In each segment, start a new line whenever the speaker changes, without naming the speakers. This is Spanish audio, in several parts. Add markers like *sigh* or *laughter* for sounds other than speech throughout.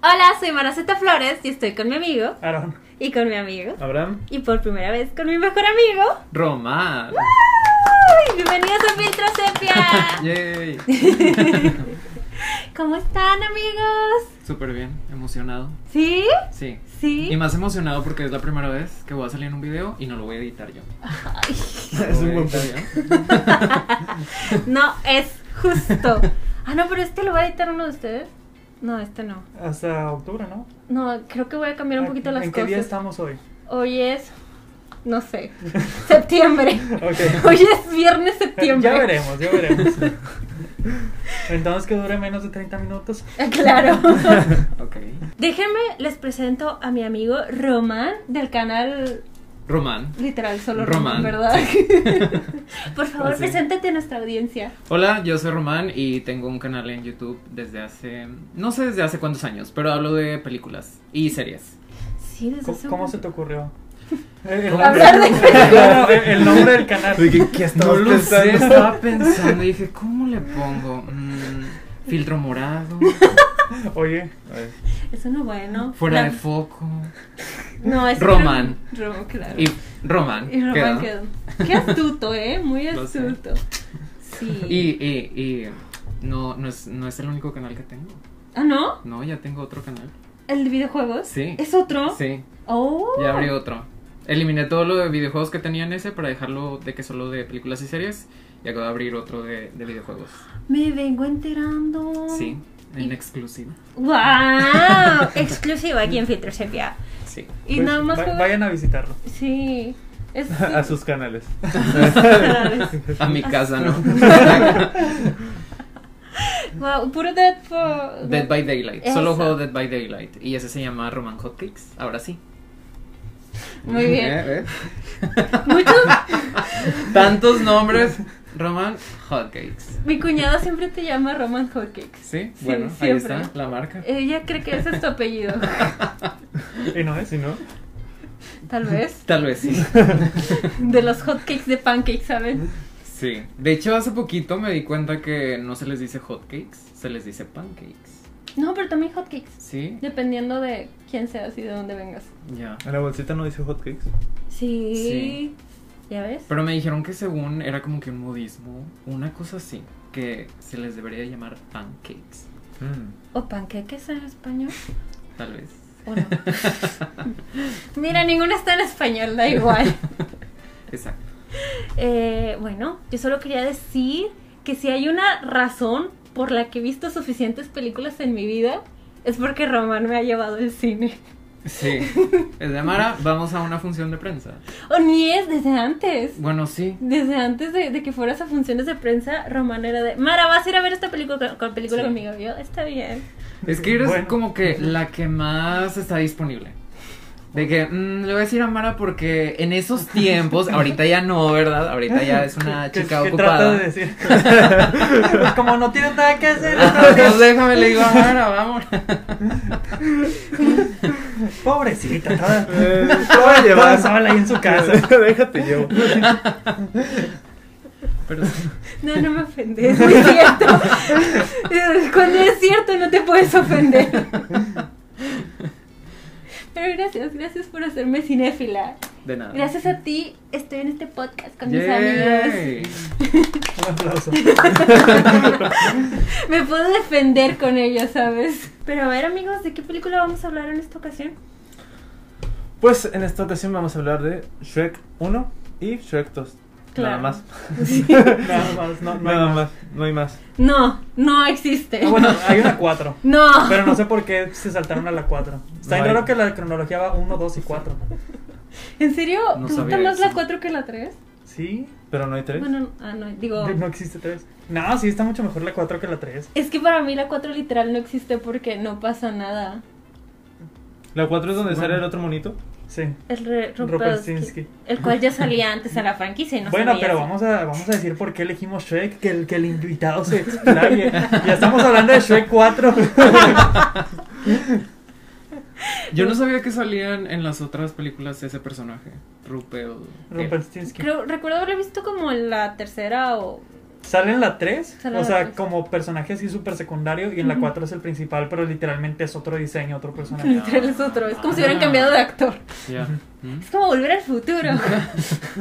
Hola, soy Maraceta Flores y estoy con mi amigo
Aaron,
y con mi amigo
Abraham,
y por primera vez con mi mejor amigo. *laughs*
Román.
¡Ay! Bienvenidos a Filtro
*laughs*
Sepia.
Yay.
¿Cómo están, amigos?
Súper bien, emocionado.
¿Sí?
Sí.
¿Sí?
Y más emocionado porque es la primera vez que voy a salir en un video y no lo voy a
*laughs*
editar yo.
Ay,
*laughs* Es un
Lo voy a
buen
editar
*laughs* no es justo. Ah, no, pero este lo va a editar uno de ustedes. No, este no.
hasta octubre, ¿no?
No, creo que voy a cambiar un poquito las
¿En qué
cosas.
día estamos
*laughs*
hoy?
Hoy es, no sé, septiembre.
Ok.
Hoy es viernes septiembre.
Ya veremos, ya veremos. Entonces que dure menos de 30 minutos.
Ah, *laughs*
*laughs*
Claro.
yo. ok.
Déjenme, les presento a mi amigo Román del canal
Román.
Literal Solo Román,
Román,
¿verdad? *laughs* Por favor,
Ah, sí.
preséntate a nuestra audiencia.
Hola, yo soy Román y tengo un canal en YouTube desde hace, no sé desde hace cuántos años, pero hablo de películas y series.
Sí, desde
¿Cómo,
hace
cómo
un-
se
*laughs*
te ocurrió? El el
Hablar de
No, no, el- el nombre del canal.
No lo sé,
*laughs*
estaba pensando y dije, ¿cómo le pongo? Mm, filtro morado,
Oye, pues,
Eso no es bueno.
fuera
La-
de foco
No, es
Román.
Román, claro.
y
Y,
Román.
Román
quedó.
quedó. Qué astuto, ¿eh? Muy
Lo sé.
astuto. Sí.
Y, y, y no, no, es, no es el único canal que tengo.
¿Ah, no?
No, ya tengo otro canal.
¿El de videojuegos?
Sí.
¿Es otro?
Sí,
Oh.
ya abrí otro. Eliminé todo lo de videojuegos que tenía en ese para dejarlo de que solo de películas y series. Y acabo de abrir otro de, de videojuegos.
Me vengo enterando.
Sí,
Y-
en exclusiva.
¡Wow! *laughs* Exclusivo aquí en Filtro Sepia.
Sí.
Y
pues,
nada más.
va-
juegos-
vayan a visitarlo.
Sí.
*laughs*
Es,
*laughs* a sus canales.
A mi casa, ¿no?
wow, puro Dead for.
Dead by Daylight. Solo
Eso.
juego Dead by Daylight. Y ese se llama Roman Hotcakes. Ahora sí.
Muy bien.
¿Eh?
Muchos.
*laughs* Tantos nombres. Roman Hotcakes.
Mi cuñada siempre te llama Roman Hotcakes.
Sí,
Sí,
bueno, ahí
siempre.
está la marca.
Ella cree que ese es tu
*laughs*
apellido.
*laughs* ¿Y no es?
Si no,
Tal vez.
Tal
*laughs*
vez sí.
De los hotcakes de pancakes, ¿saben?
Sí. De hecho, hace poquito me di cuenta que no se les dice hotcakes, se les dice pancakes.
No, pero también hotcakes.
Sí.
Dependiendo de quién seas y de dónde vengas.
Ya.
en la bolsita no dice hotcakes.
Sí.
Sí.
¿Ya ves?
Pero me dijeron que según era como que un modismo, una cosa así, que se les debería llamar pancakes, Mm.
¿O panqueques en español?
tal vez.
¿O
*laughs*
no? Mira, ninguno está en español, da igual.
Exacto.
Eh, bueno, yo solo quería decir que si hay una razón por la que he visto suficientes películas en mi vida, es porque Román me ha llevado al cine.
Sí. Desde Mara, vamos a una función de prensa.
O ni es desde antes.
Bueno, sí.
Desde antes de, de que fueras a funciones de prensa, Román era de... Mara, vas a ir a ver esta película, con- película
Sí.
conmigo. Yo, está bien.
Es que eres
Bueno.
como que la que más está disponible. De que mm, le voy a decir a Mara porque en esos tiempos, ahorita ya no, ¿verdad? Ahorita ya es una
¿Qué-
chica
qué
ocupada.
trata de decir? *laughs* Pues como no tiene nada que
*laughs*
hacer, entonces,
Pues déjame, le digo a Mara, vamos.
pobrecita, toda, *laughs*
te voy Eh, a
toda
llevar.
sola ahí en su
*laughs*
casa.
Déjate llevo.
Pero sí,
No, no me ofendes, no es cierto. Eh, Cuando es cierto no te puedes ofender. Pero gracias, gracias por hacerme cinéfila.
de nada.
Gracias a ti estoy en este podcast con mis amigos.
*laughs*
Yay.
Un aplauso.
Me puedo defender con ellos, ¿sabes? Pero a ver, amigos, ¿de qué película vamos a hablar en esta ocasión?
Pues en esta ocasión vamos a hablar de Shrek 1 y Shrek 2.
*laughs*
Claro.
Nada más. *laughs*
Nada más, no, no hay
Nada
más.
más. No hay más.
*laughs* No, no existe.
Ah, bueno, hay una 4.
No.
Pero no sé por qué se saltaron a la 4. Está bien
No hay.
raro que la cronología va 1, 2 y 4.
¿En serio?
No
¿Te gusta
sabía
más la
eso.
4 que la 3?
¿Sí?
Pero no hay tres.
Bueno, ah, no, digo...
No existe 3. No, sí, está mucho mejor la 4 que la 3.
Es que para mí la 4 literal no existe porque no pasa nada.
La 4 es donde
Bueno.
sale el otro monito.
Sí.
El re-
Rumpelstiltskin.
Rumpelstiltskin, El cual ya salía antes a la franquicia y no
bueno,
sabía
pero
si-
vamos a, vamos a decir por qué elegimos Shrek, que el, que el
*laughs*
invitado se explaye. ya estamos hablando de Shrek 4.
Yo no sabía que salían en las otras películas ese personaje. Rupel.
Rumpelstiltskin.
Creo, recuerdo haber visto como en la tercera o
Sale en la 3,
Sale en
o
la
sea,
tres.
como personaje así súper secundario, y en la 4 es el principal, pero literalmente es otro diseño,
*laughs*
otro personaje.
Literal es otro. Es como si
Ah.
hubieran cambiado de actor.
Ya. ¿Mm?
Es como volver al
*laughs*
futuro.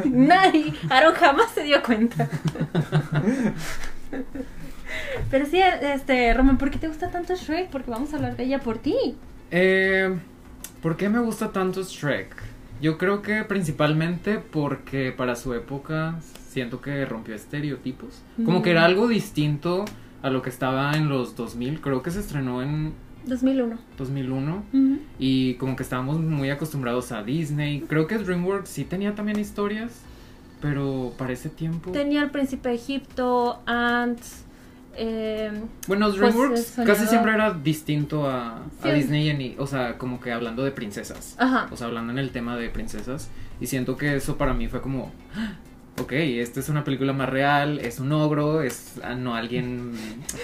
Nadie, Aaron jamás se dio cuenta. Pero sí, este, Roman, ¿por qué te gusta tanto Shrek? Porque vamos a hablar de ella por ti.
Eh, ¿Por qué me gusta tanto Shrek? Yo creo que principalmente porque para su época siento que rompió estereotipos. Como que era algo distinto a lo que estaba en los 2000. Creo que se estrenó en
2001.
2001.
Ujú.
Y como que estábamos muy acostumbrados a Disney. Creo que DreamWorks sí tenía también historias. Pero para ese tiempo.
Tenía al príncipe de Egipto, Ants. eh,
Bueno, DreamWorks
el
casi
soñador.
siempre era distinto a, a
Sí.
Disney. en- o sea, como que hablando de princesas.
ajá.
O sea, pues, hablando en el tema de princesas. Y siento que eso para mí fue como. "Ah, Ok, esta es una película más real, es un ogro, es ah, no alguien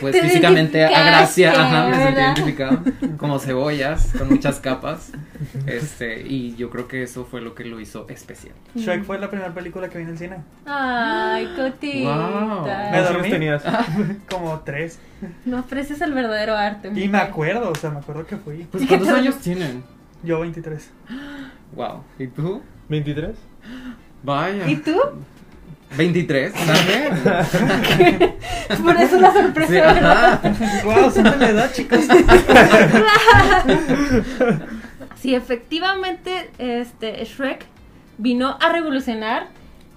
pues
Te
físicamente
identificaste,
agracia, ajá, me sentí
¿verdad?
identificado, como cebollas, con muchas capas. *laughs* Este, y yo creo que eso fue lo que lo hizo especial.
Shrek fue la primera película que vi en el cine,
*gasps* Ay,
Wow.
Me
cotita.
da-
¿Cuántos años
Ah, dormí?
tenías?
como 3.
No aprecias el verdadero arte.
Y me
mujer.
acuerdo, o sea, me acuerdo que fui
Pues ¿cuántos años tienen?
yo 23.
*laughs*
Wow. ¿Y tú?
¿23?
Vaya.
¿Y tú?
*laughs* 23, también.
Por eso la sorpresa,
Sí,
¿verdad?
ajá.
¡Wow! Son de la edad,
*laughs*
chicos.
Sí, efectivamente, este Shrek vino a revolucionar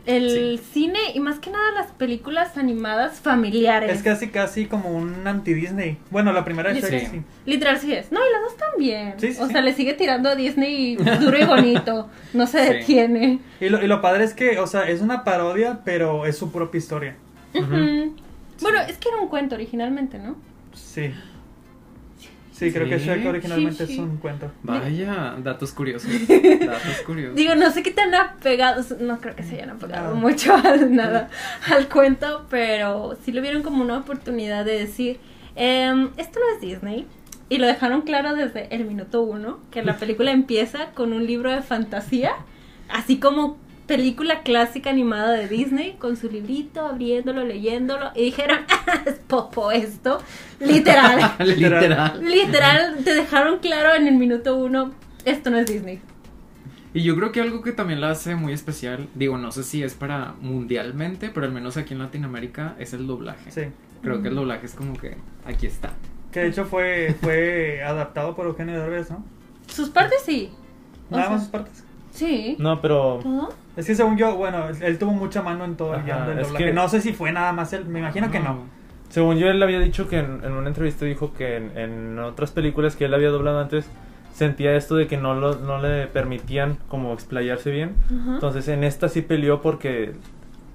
el cine y más que nada las películas animadas familiares.
Es casi, casi como un anti-Disney. Bueno, la primera de Shrek,
Sí.
sí.
Literal sí es. No, y las dos también.
Sí, sí,
o
sí.
sea, le sigue tirando a Disney duro y bonito. No se
Sí.
detiene.
Y lo, y lo padre es que, o sea, es una parodia, pero es su propia historia.
Ujú. Bueno, es que era un cuento originalmente, ¿no?
Sí. Sí, creo que
Sí.
Shrek originalmente
Sí, sí.
es un cuento.
Vaya, datos curiosos. Datos
*laughs*
curiosos.
Digo, no sé qué tan apegados, no creo que se hayan apegado
No.
mucho *laughs* al nada al cuento, pero sí lo vieron como una oportunidad de decir, "Em, esto no es Disney. Y lo dejaron claro desde el minuto uno, que la película empieza con un libro de fantasía, así como película clásica animada de Disney, con su librito, abriéndolo, leyéndolo, y dijeron, *laughs* "Ah, es popo esto,
*laughs*
literal.
Ah, Literal.
Literal, te dejaron claro en el minuto uno, esto no es Disney.
Y yo creo que algo que también la hace muy especial, digo, no sé si es para mundialmente, pero al menos aquí en Latinoamérica es el doblaje.
Sí.
Creo que el doblaje es como que aquí está.
Que de hecho fue, fue adaptado por Eugenio Derbez, ¿no?
Sus partes sí. O
Nada
sea,
más sus partes.
Sí.
No, pero...
¿Todo?
Es que según yo, bueno, él, él tuvo mucha mano en todo el
Ajá,
guión del
es
doblaje.
que-
No sé si fue nada más él, me imagino que no.
Según yo, él había dicho que en, en una entrevista dijo que en, en otras películas que él había doblado antes sentía esto de que no, lo- no le permitían como explayarse bien.
Ajá.
Entonces en esta sí peleó porque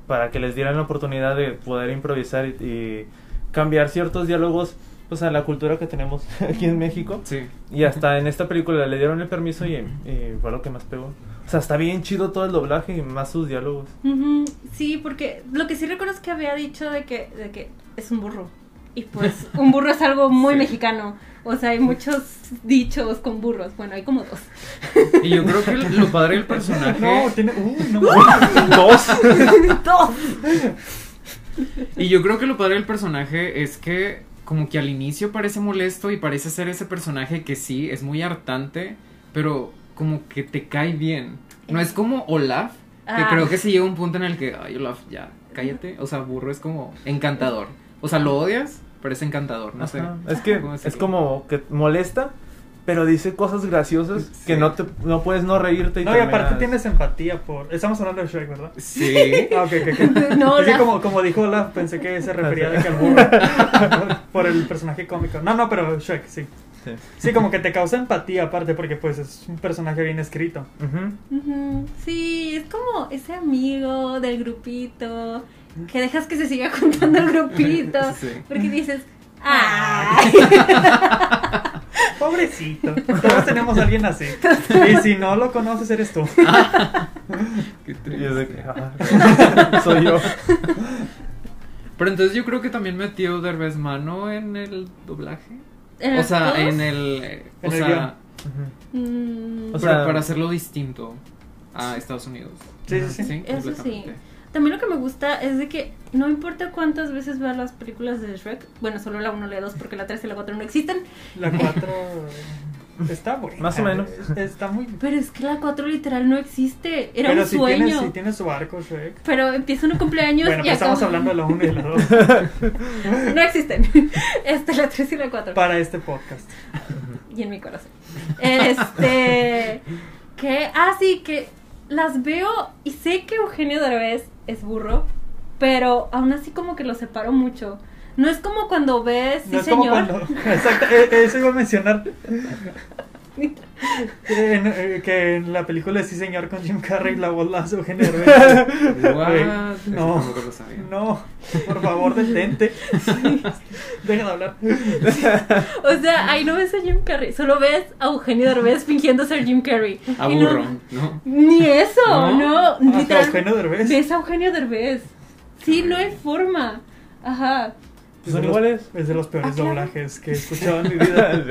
para que les dieran la oportunidad de poder improvisar y, y cambiar ciertos diálogos pues a la cultura que tenemos *laughs* aquí en México.
Sí.
Y hasta en esta película le dieron el permiso y, y fue lo que más pegó. O sea, está bien chido todo el doblaje y más sus diálogos.
Ujú. Sí, porque lo que sí recuerdo es que había dicho de que, de que es un burro. Y pues un burro es algo muy
*laughs* Sí.
mexicano. O sea, hay muchos dichos con burros. Bueno, hay como
*laughs*
dos. *laughs*
Y yo creo que lo
*laughs*
padre del
*laughs*
personaje.
No, tiene. Uy,
*laughs*
no. mames.
*laughs* Dos.
dos.
*laughs* Y yo creo que lo padre del personaje es que como que al inicio parece molesto y parece ser ese personaje que sí, es muy hartante, pero como que te cae bien. No es como Olaf, que
Eh. Ah.
creo que se llega un punto en el que, ay Olaf, ya, cállate. O sea, burro es como encantador. O sea, lo odias, pero es encantador, no sé.
Ajá. Es que
¿Cómo
es
decirlo?
como que molesta, pero dice cosas graciosas
Sí.
que no te no puedes no reírte. Y
No, y aparte
terminas-
tienes empatía por. Estamos hablando de Shrek, ¿verdad?
Sí.
Ah, ok, ok,
*laughs*
ok.
No,
Es que
la-
como, como dijo Olaf, pensé que se refería de que al burro.
*laughs*
por el personaje cómico. No, no, pero Shrek, sí.
Sí.
Sí, como que te causa empatía aparte, porque pues es un personaje bien escrito.
Ujú.
Ujú. Sí, es como ese amigo del grupito que dejas que se siga *laughs* juntando el grupito.
*laughs* Sí. Ah.
Porque dices, ¡ay!
Pobrecito. Todos tenemos a
*laughs*
alguien así. Y si no lo conoces, eres tú.
Qué
Y
triste.
es de que, ah, *laughs* soy
*laughs*
yo.
Pero entonces yo creo que también metió Derbez mano en el doblaje.
¿En
*laughs* O
los dos?
sea, en el... eh, o
En el
sea,
guión.
Ujú.
Mm.
O
O
sea-
sea, para hacerlo distinto a Estados Unidos.
Sí, sí, sí.
Eso sí.
*laughs*
completamente.
También lo que me gusta es de que no importa cuántas veces veas las películas de Shrek, bueno, solo la 1, la 2, porque la 3 y la 4 no existen,
La 4
*laughs*
está buena.
Más o menos.
Está muy.
pero es que la 4 literal no existe, era
Pero
un
si
sueño.
Tiene, si tiene su arco, Shrek.
Pero empieza un cumpleaños
Bueno,
y
pues estamos
acaba-
hablando de la 1 y de la
*laughs*
2
No existen. *laughs* Este, la 3 y la 4.
para este podcast.
y en mi corazón. Este. que. Ah, sí, que las veo y sé que Eugenio Derbez es burro, pero aún así como que lo separo mucho. No es como cuando ves, sí,
no es
señor.
como cuando. *laughs* Exacto, eh, eso iba
*laughs*
a mencionar. Que en, eh, que en la película de Sí Señor con Jim Carrey la voz la hace
*laughs*
Eugenio Derbez.
What?
Güey,
Eso
no.
tampoco lo sabía.
No, por
*laughs*
favor, detente. Deja de hablar.
O sea, ahí no ves a Jim Carrey, solo ves a Eugenio Derbez fingiendo ser Jim Carrey.
A
Y no-
burro, ¿no?
Ni eso,
¿No?
no.
Ah,
literal-
Eugenio Derbez.
Ves a Eugenio Derbez. Sí, no hay forma. Ajá.
Pues son iguales.
Es de los peores
Ah, claro.
doblajes que he escuchado
*laughs*
en mi vida.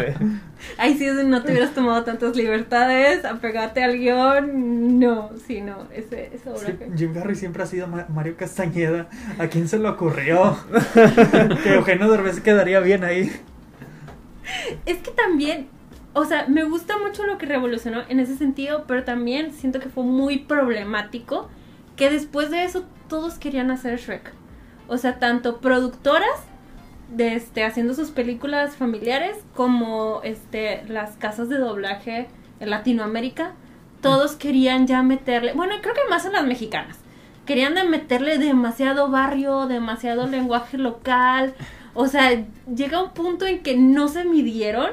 Ay, si no te hubieras tomado tantas libertades, apegate al guión. No, sí, no, ese, ese
Sí,
doblaje.
Jim Carrey siempre ha sido Ma- Mario Castañeda. ¿A quién se le *laughs* ocurrió que Eugenio Derbez quedaría bien ahí?
Es que también, o sea, me gusta mucho lo que revolucionó en ese sentido, pero también siento que fue muy problemático que después de eso todos querían hacer Shrek. O sea, tanto productoras de este haciendo sus películas familiares como este las casas de doblaje en Latinoamérica, todos querían ya meterle, bueno, creo que más en las mexicanas. Querían de meterle demasiado barrio, demasiado lenguaje local. O sea, llega un punto en que no se midieron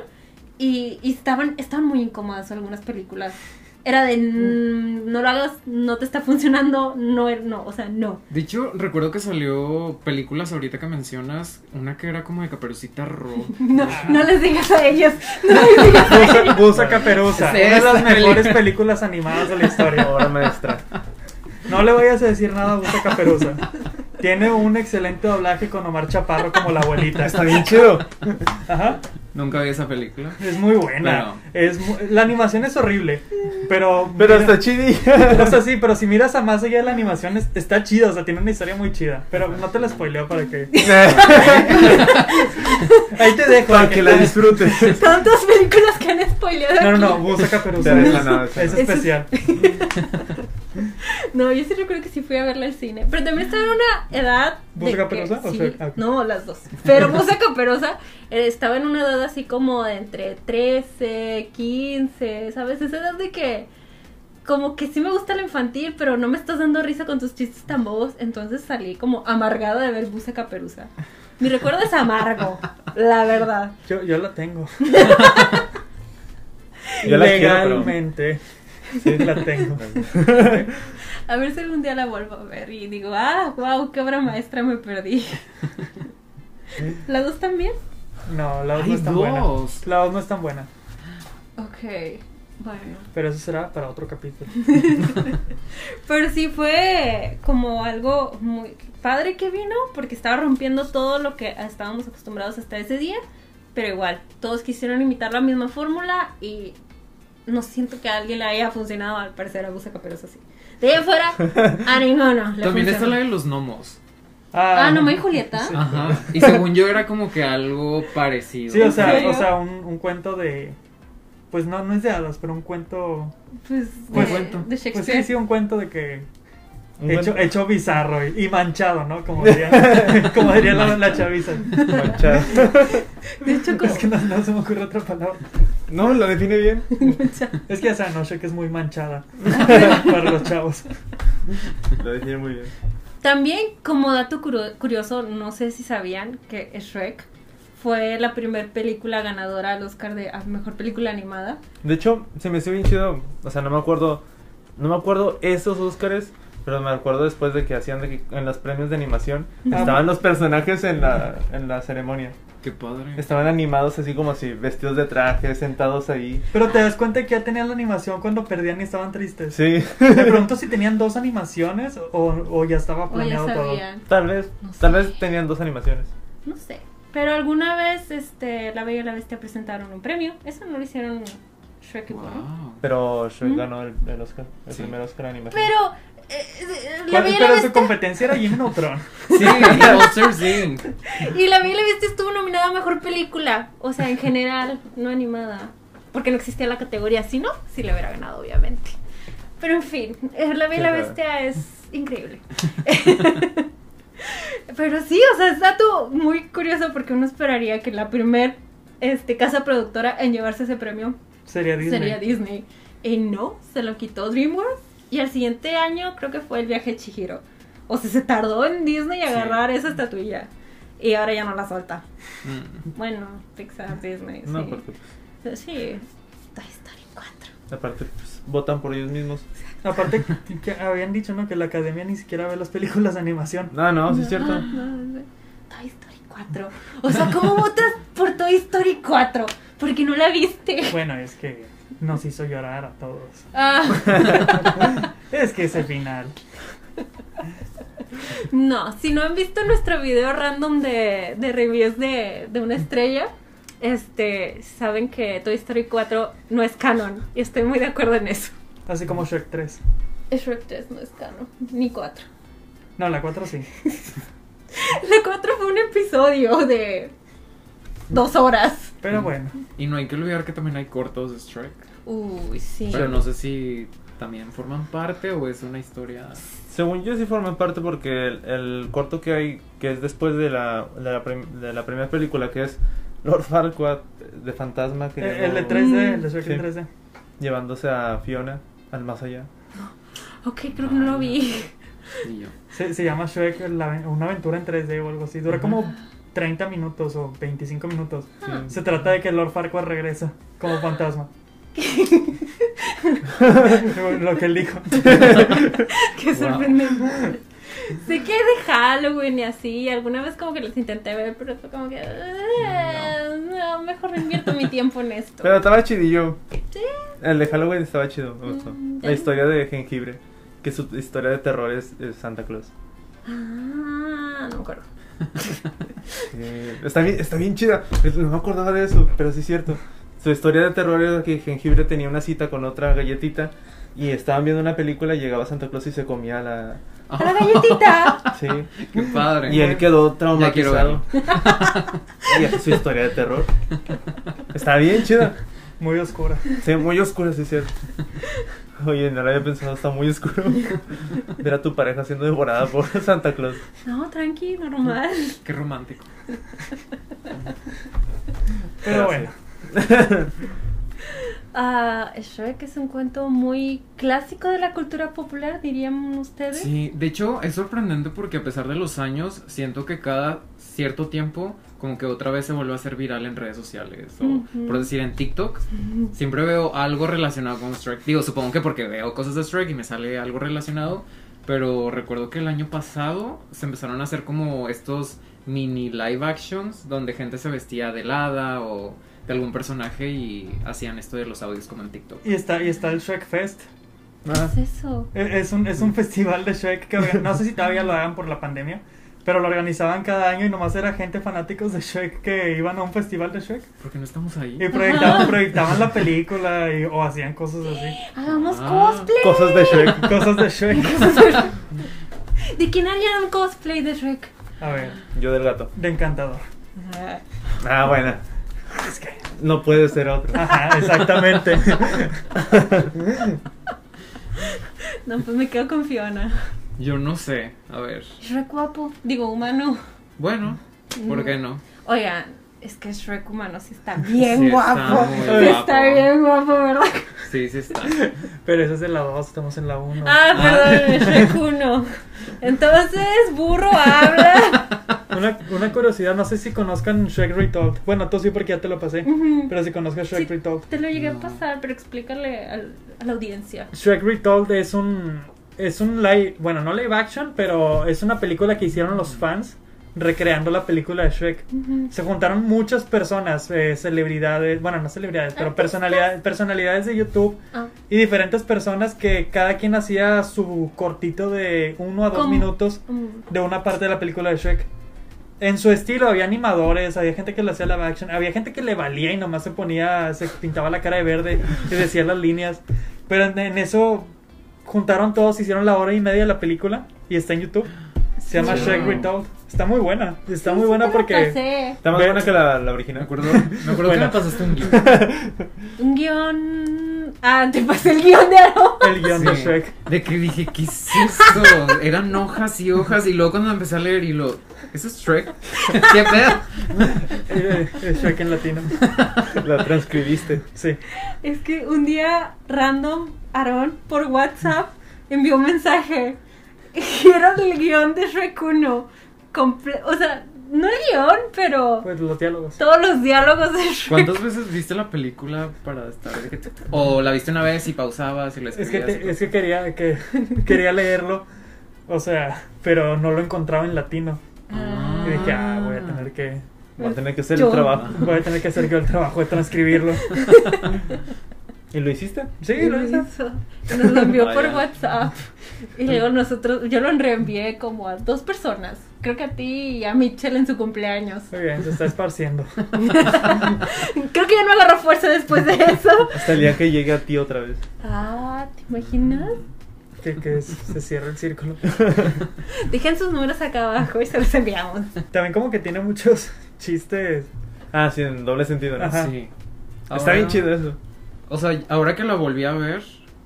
y, y estaban, estaban muy incómodas algunas películas. Era de, "Mm, no lo hagas, no te está funcionando, no, er-", no, o sea, no.
De hecho, recuerdo que salió películas ahorita que mencionas, una que era como de
*laughs*
Caperucita Roja.
No,
Ah.
no les digas a ellos, no les digas a ellos.
Busa Caperusa,
Sí,
una de las
esa
mejores
película.
películas animadas de la historia.
Obra maestra.
No le vayas a decir nada a Busa Caperusa. Tiene un excelente doblaje con Omar Chaparro como la abuelita.
Está bien chido.
Ajá.
Nunca vi esa película.
Es muy buena. Es mu- la animación es horrible, pero
Pero
mira-
está *laughs* chidilla.
O sea, sí, pero si miras a más allá de la animación, es- está chida, o sea, tiene una historia muy chida. Pero no te la spoileo para que. Ahí te dejo.
Para que la disfrutes.
Tantas películas que han spoileado.
No, no,
aquí.
no, busca Caperuza.
Ya,
Es,
esa no, esa
es
no.
especial.
No, yo sí recuerdo que sí fui a verla al cine. Pero también estaba en una edad.
¿Busca
de que-
Caperuza o
sí,
Shrek? Ah, ok.
No, las dos.
*laughs*
Pero Busca Caperuza eh, estaba en una edad así como de entre 13, 15, ¿sabes? Esa edad de que. Como que sí me gusta la infantil, pero no me estás dando risa con tus chistes tan bobos. Entonces salí como amargada de ver Busca Caperuza. Mi recuerdo es amargo, la verdad.
Yo, yo la tengo.
Yo la quiero, pero-
Legalmente. Sí, la tengo.
A ver si algún día la vuelvo a ver y digo, ah, wow, qué obra maestra me
*laughs*
perdí. ¿La dos también?
No, la dos
Hay
no es tan
dos.
buena. La dos no es tan buena.
Ok, bueno.
Pero eso será para otro capítulo.
Pero sí fue como algo muy padre que vino porque estaba rompiendo todo lo que estábamos acostumbrados hasta ese día. Pero igual, todos quisieron imitar la misma fórmula y no siento que a alguien le haya funcionado al parecer a Busa Caperos así. De ahí afuera, a ninguno. le
También está
funcionó.
la de los gnomos.
Ah, no, y Julieta.
Sí.
Ajá. Y según yo era como que algo parecido.
Sí, o
¿En
sea,
serio?
o sea un, un cuento de. Pues no, no es de hadas, pero un cuento.
Pues,
Pues,
de,
cuento.
de
Pues
Shakespeare.
sí, sí, un cuento de que.
Un
Hecho,
buen-
hecho bizarro y, y manchado, ¿no? Como diría, *laughs* como diría la, la chaviza.
manchado.
De hecho, como-
Es que no, no se me ocurre otra palabra.
No, lo define *laughs* bien.
Es que esa noche que es muy
*laughs*
manchada para los chavos.
Lo define muy bien.
También, como dato curu- curioso, no sé si sabían que Shrek fue la primera película ganadora al Oscar de a Mejor Película Animada.
De hecho, se me hizo bien chido. O sea, no me acuerdo. No me acuerdo esos Óscares. Pero me acuerdo después de que hacían de que en los premios de animación.
Ah.
Estaban los personajes en la, en la ceremonia.
Qué padre.
Estaban animados así como así, vestidos de traje, sentados ahí.
Pero te das cuenta que ya tenían la animación cuando perdían y estaban tristes.
*laughs*
Sí.
De pronto si tenían dos animaciones o, o ya estaba
O ya
planeado todo.
sabían.
Tal vez,
No sé.
tal vez tenían dos animaciones.
No sé. Pero alguna vez este, La Bella y la Bestia presentaron un premio. Eso no lo hicieron Shrek y Burro.
Wow.
Pero Shrek
Mm.
ganó el, el Oscar, el
Sí.
primer Oscar de animación.
Pero eh, la
¿Cuál-
vi y la
pero su
bestia.
competencia era Jimmy Neutron.
Sí, Monster Inc.
Y la vi y la bestia estuvo nominada a mejor película. O sea, en general, no animada. Porque no existía la categoría. Si no, sí la hubiera ganado, obviamente. Pero en fin, eh, la vi y
Qué
la
raro.
bestia es increíble. *laughs* Pero sí, o sea, es dato muy curioso porque uno esperaría que la primer este, casa productora en llevarse ese premio
Sería Disney.
sería Disney. Y no, se lo quitó DreamWorks. Y al siguiente año creo que fue el viaje de Chihiro. O sea, se tardó en Disney agarrar esa estatuilla. Y ahora ya no la solta.
Mm.
Bueno, Pixar, Disney.
No,
sí.
porque
Sí, Toy Story 4.
aparte pues, votan por ellos mismos.
Aparte, que habían dicho, ¿no? Que la academia ni siquiera ve las películas de animación.
No, no, Ah, sí es cierto.
Ah, No, no, no. Toy Story 4. O sea, ¿cómo votas por Toy Story 4? Porque no la viste.
*laughs*
Bueno, es que nos hizo llorar a
*laughs*
todos.
Ah, *laughs*
Es que ese final.
no, si no han visto nuestro video random de, de reviews de, de una estrella, este, saben que Toy Story 4 no es canon. Y estoy muy de acuerdo en eso.
Así como Shrek 3.
Shrek 3 no es canon, ni 4.
No, la 4 sí.
*laughs* La 4 fue un episodio de dos horas.
Pero bueno.
Y no hay que olvidar que también hay cortos de Shrek.
Uy, sí.
Pero no sé si también forman parte o es una historia.
Según yo sí forman parte porque el, el corto que hay, que es después de la, de la, prim- de la primera película, que es Lord Farquaad de Fantasma, que
El, el de
llevó-
3D, el de Shrek
Sí.
en 3D.
llevándose a Fiona al más allá.
Ok, creo que no lo vi.
Y yo.
Se, se llama Shrek, la- una aventura en 3D o algo así. Dura como 30 minutos o 25 minutos.
Ah. Sí.
Se trata de que Lord Farquaad regresa como
*laughs*
fantasma. Lo que él dijo.
*laughs* Qué
Wow.
sorprendente. Sé que de Halloween y así, alguna vez como que los intenté ver, pero fue como que. "Ah, No, mejor invierto mi tiempo en esto.
Pero estaba chidillo.
Sí.
El de Halloween estaba chido, me gustó.
Mm, ya.
La historia de Jengibre, que su historia de terror es, es Santa Claus.
Ah, no me acuerdo.
Eh, está, bien, está bien chida. No me acordaba de eso, pero sí es cierto. Su historia de terror era que Jengibre tenía una cita con otra galletita y estaban viendo una película y llegaba Santa Claus y se comía la...
Ah.
¡A
*laughs*
la galletita!
Sí.
¡Qué padre!
Y él quedó
Ya quiero
traumatizado. Y esa es su historia de terror. Está bien chida.
Muy oscura.
Sí, muy oscuro, sí, es cierto. Oye, no lo había pensado, está muy oscuro. Ver a tu pareja siendo devorada por Santa Claus.
No, tranqui, normal.
¡Qué romántico!
Pero
Gracias.
bueno.
Ah, Shrek es un cuento muy clásico de la cultura popular, dirían ustedes.
Sí, de hecho es sorprendente porque a pesar de los años, siento que cada cierto tiempo como que otra vez se vuelve a hacer viral en redes sociales. O,
Ujú.
Por decir, en TikTok siempre veo algo relacionado con Shrek. Digo, supongo que porque veo cosas de Shrek y me sale algo relacionado. Pero recuerdo que el año pasado se empezaron a hacer como estos mini live actions donde gente se vestía de hada o de algún personaje y hacían esto de los audios como en TikTok.
Y está, y está el Shrek Fest.
¿Qué
Ah,
es eso?
E- Es un, es un festival de Shrek que organ- no sé si todavía lo hagan por la pandemia, pero lo organizaban cada año y nomás era gente fanáticos de Shrek que iban a un festival de Shrek
¿Por qué no estamos ahí?
y proyectaban, proyectaban la película y- o hacían cosas así.
Hagamos
Ah.
cosplay.
cosas de Shrek.
Cosas de Shrek.
*laughs* ¿De quién harían un cosplay de
*laughs*
Shrek?
A ver,
Yo del gato.
de encantador.
Ah.
Ah, bueno. No puede ser otro.
Ajá, exactamente.
No, pues me quedo con Fiona.
Yo no sé. A ver.
Shrek guapo, digo humano.
Bueno,
Mm.
¿por qué no?
Oigan, es que Shrek humano sí está bien
Sí está
guapo.
muy
Sí
guapo.
está bien guapo, ¿verdad?
Sí, sí está.
*laughs* Pero eso es de la 2, estamos en la 1.
Ah, perdón, es Shrek 1. Entonces, burro habla.
Una, una curiosidad, no sé si conozcan Shrek Retold. Bueno, tú sí porque ya te lo pasé,
Ujú.
pero si conozcas Shrek
Mm. Sí.
Retold.
Te lo llegué a
No.
pasar, pero explícale al- a la audiencia.
Shrek Retold es un es un live, bueno, no live action, pero es una película que hicieron los fans recreando la película de Shrek.
Ujú.
Se juntaron muchas personas, eh, celebridades, bueno, no celebridades, pero personalidades, personalidades de YouTube
Ah,
y diferentes personas que cada quien hacía su cortito de uno a dos
¿Cómo?
minutos
mm.
de una parte de la película de Shrek. En su estilo había animadores, había gente que le hacía live action, había gente que le valía y nomás se ponía, se pintaba la cara de verde y decía las líneas. Pero en, en eso juntaron todos, hicieron la hora y media de la película y está en YouTube. Se llama
Sí.
Shrek Retold. Está muy buena. Está muy buena
Sí, te lo
porque.
pasé.
Está más
Ve-
buena que la, la
Me
original.
acuerdo, me *laughs* acuerdo que
Bueno.
me pasaste un guión.
Un guión. Ah, te pasé el guión de Aro.
El guión de
Sí.
Shrek. *laughs*
De que dije, ¿qué es esto? Eran hojas y hojas. Y luego cuando empecé a leer y lo. ¿Eso es Shrek? *laughs* ¿Qué pedo?
Eh, eh, Shrek en latino.
La transcribiste.
Sí.
Es que un día random, Aarón, por WhatsApp, envió un mensaje. Y era el guión de Shrek 1. Comple- o sea, no el guión, pero
Pues los diálogos.
todos los diálogos de Shrek.
¿Cuántas veces viste la película para estar.? O la viste una vez y pausabas y la
Es que,
escribías.
te- es que quería, que, *laughs* quería leerlo. O sea, pero no lo encontraba en latino.
Ah.
Y dije, ah, voy a tener que.
Va a tener que hacer
Yo-
el trabajo.
Voy a tener que hacer yo el trabajo de transcribirlo.
¿Y lo hiciste?
Sí, lo hice.
Eso. Nos lo envió por
Vaya.
WhatsApp. Y luego nosotros, yo lo reenvié como a dos personas. Creo que a ti y a Michelle en su cumpleaños. *laughs*
Muy bien, se está esparciendo.
Creo que ya no agarró fuerza después de eso.
Hasta el día que llegue a ti otra vez.
Ah, ¿te imaginas?
Que, que se cierra el círculo.
Dejen sus números acá abajo y se los enviamos.
También como que tiene muchos *laughs* chistes.
Ah, sí, en doble sentido, ¿no?
Ajá. Ah,
Sí.
Está bien
Ahora-
chido eso.
O sea, ahora que la volví a ver,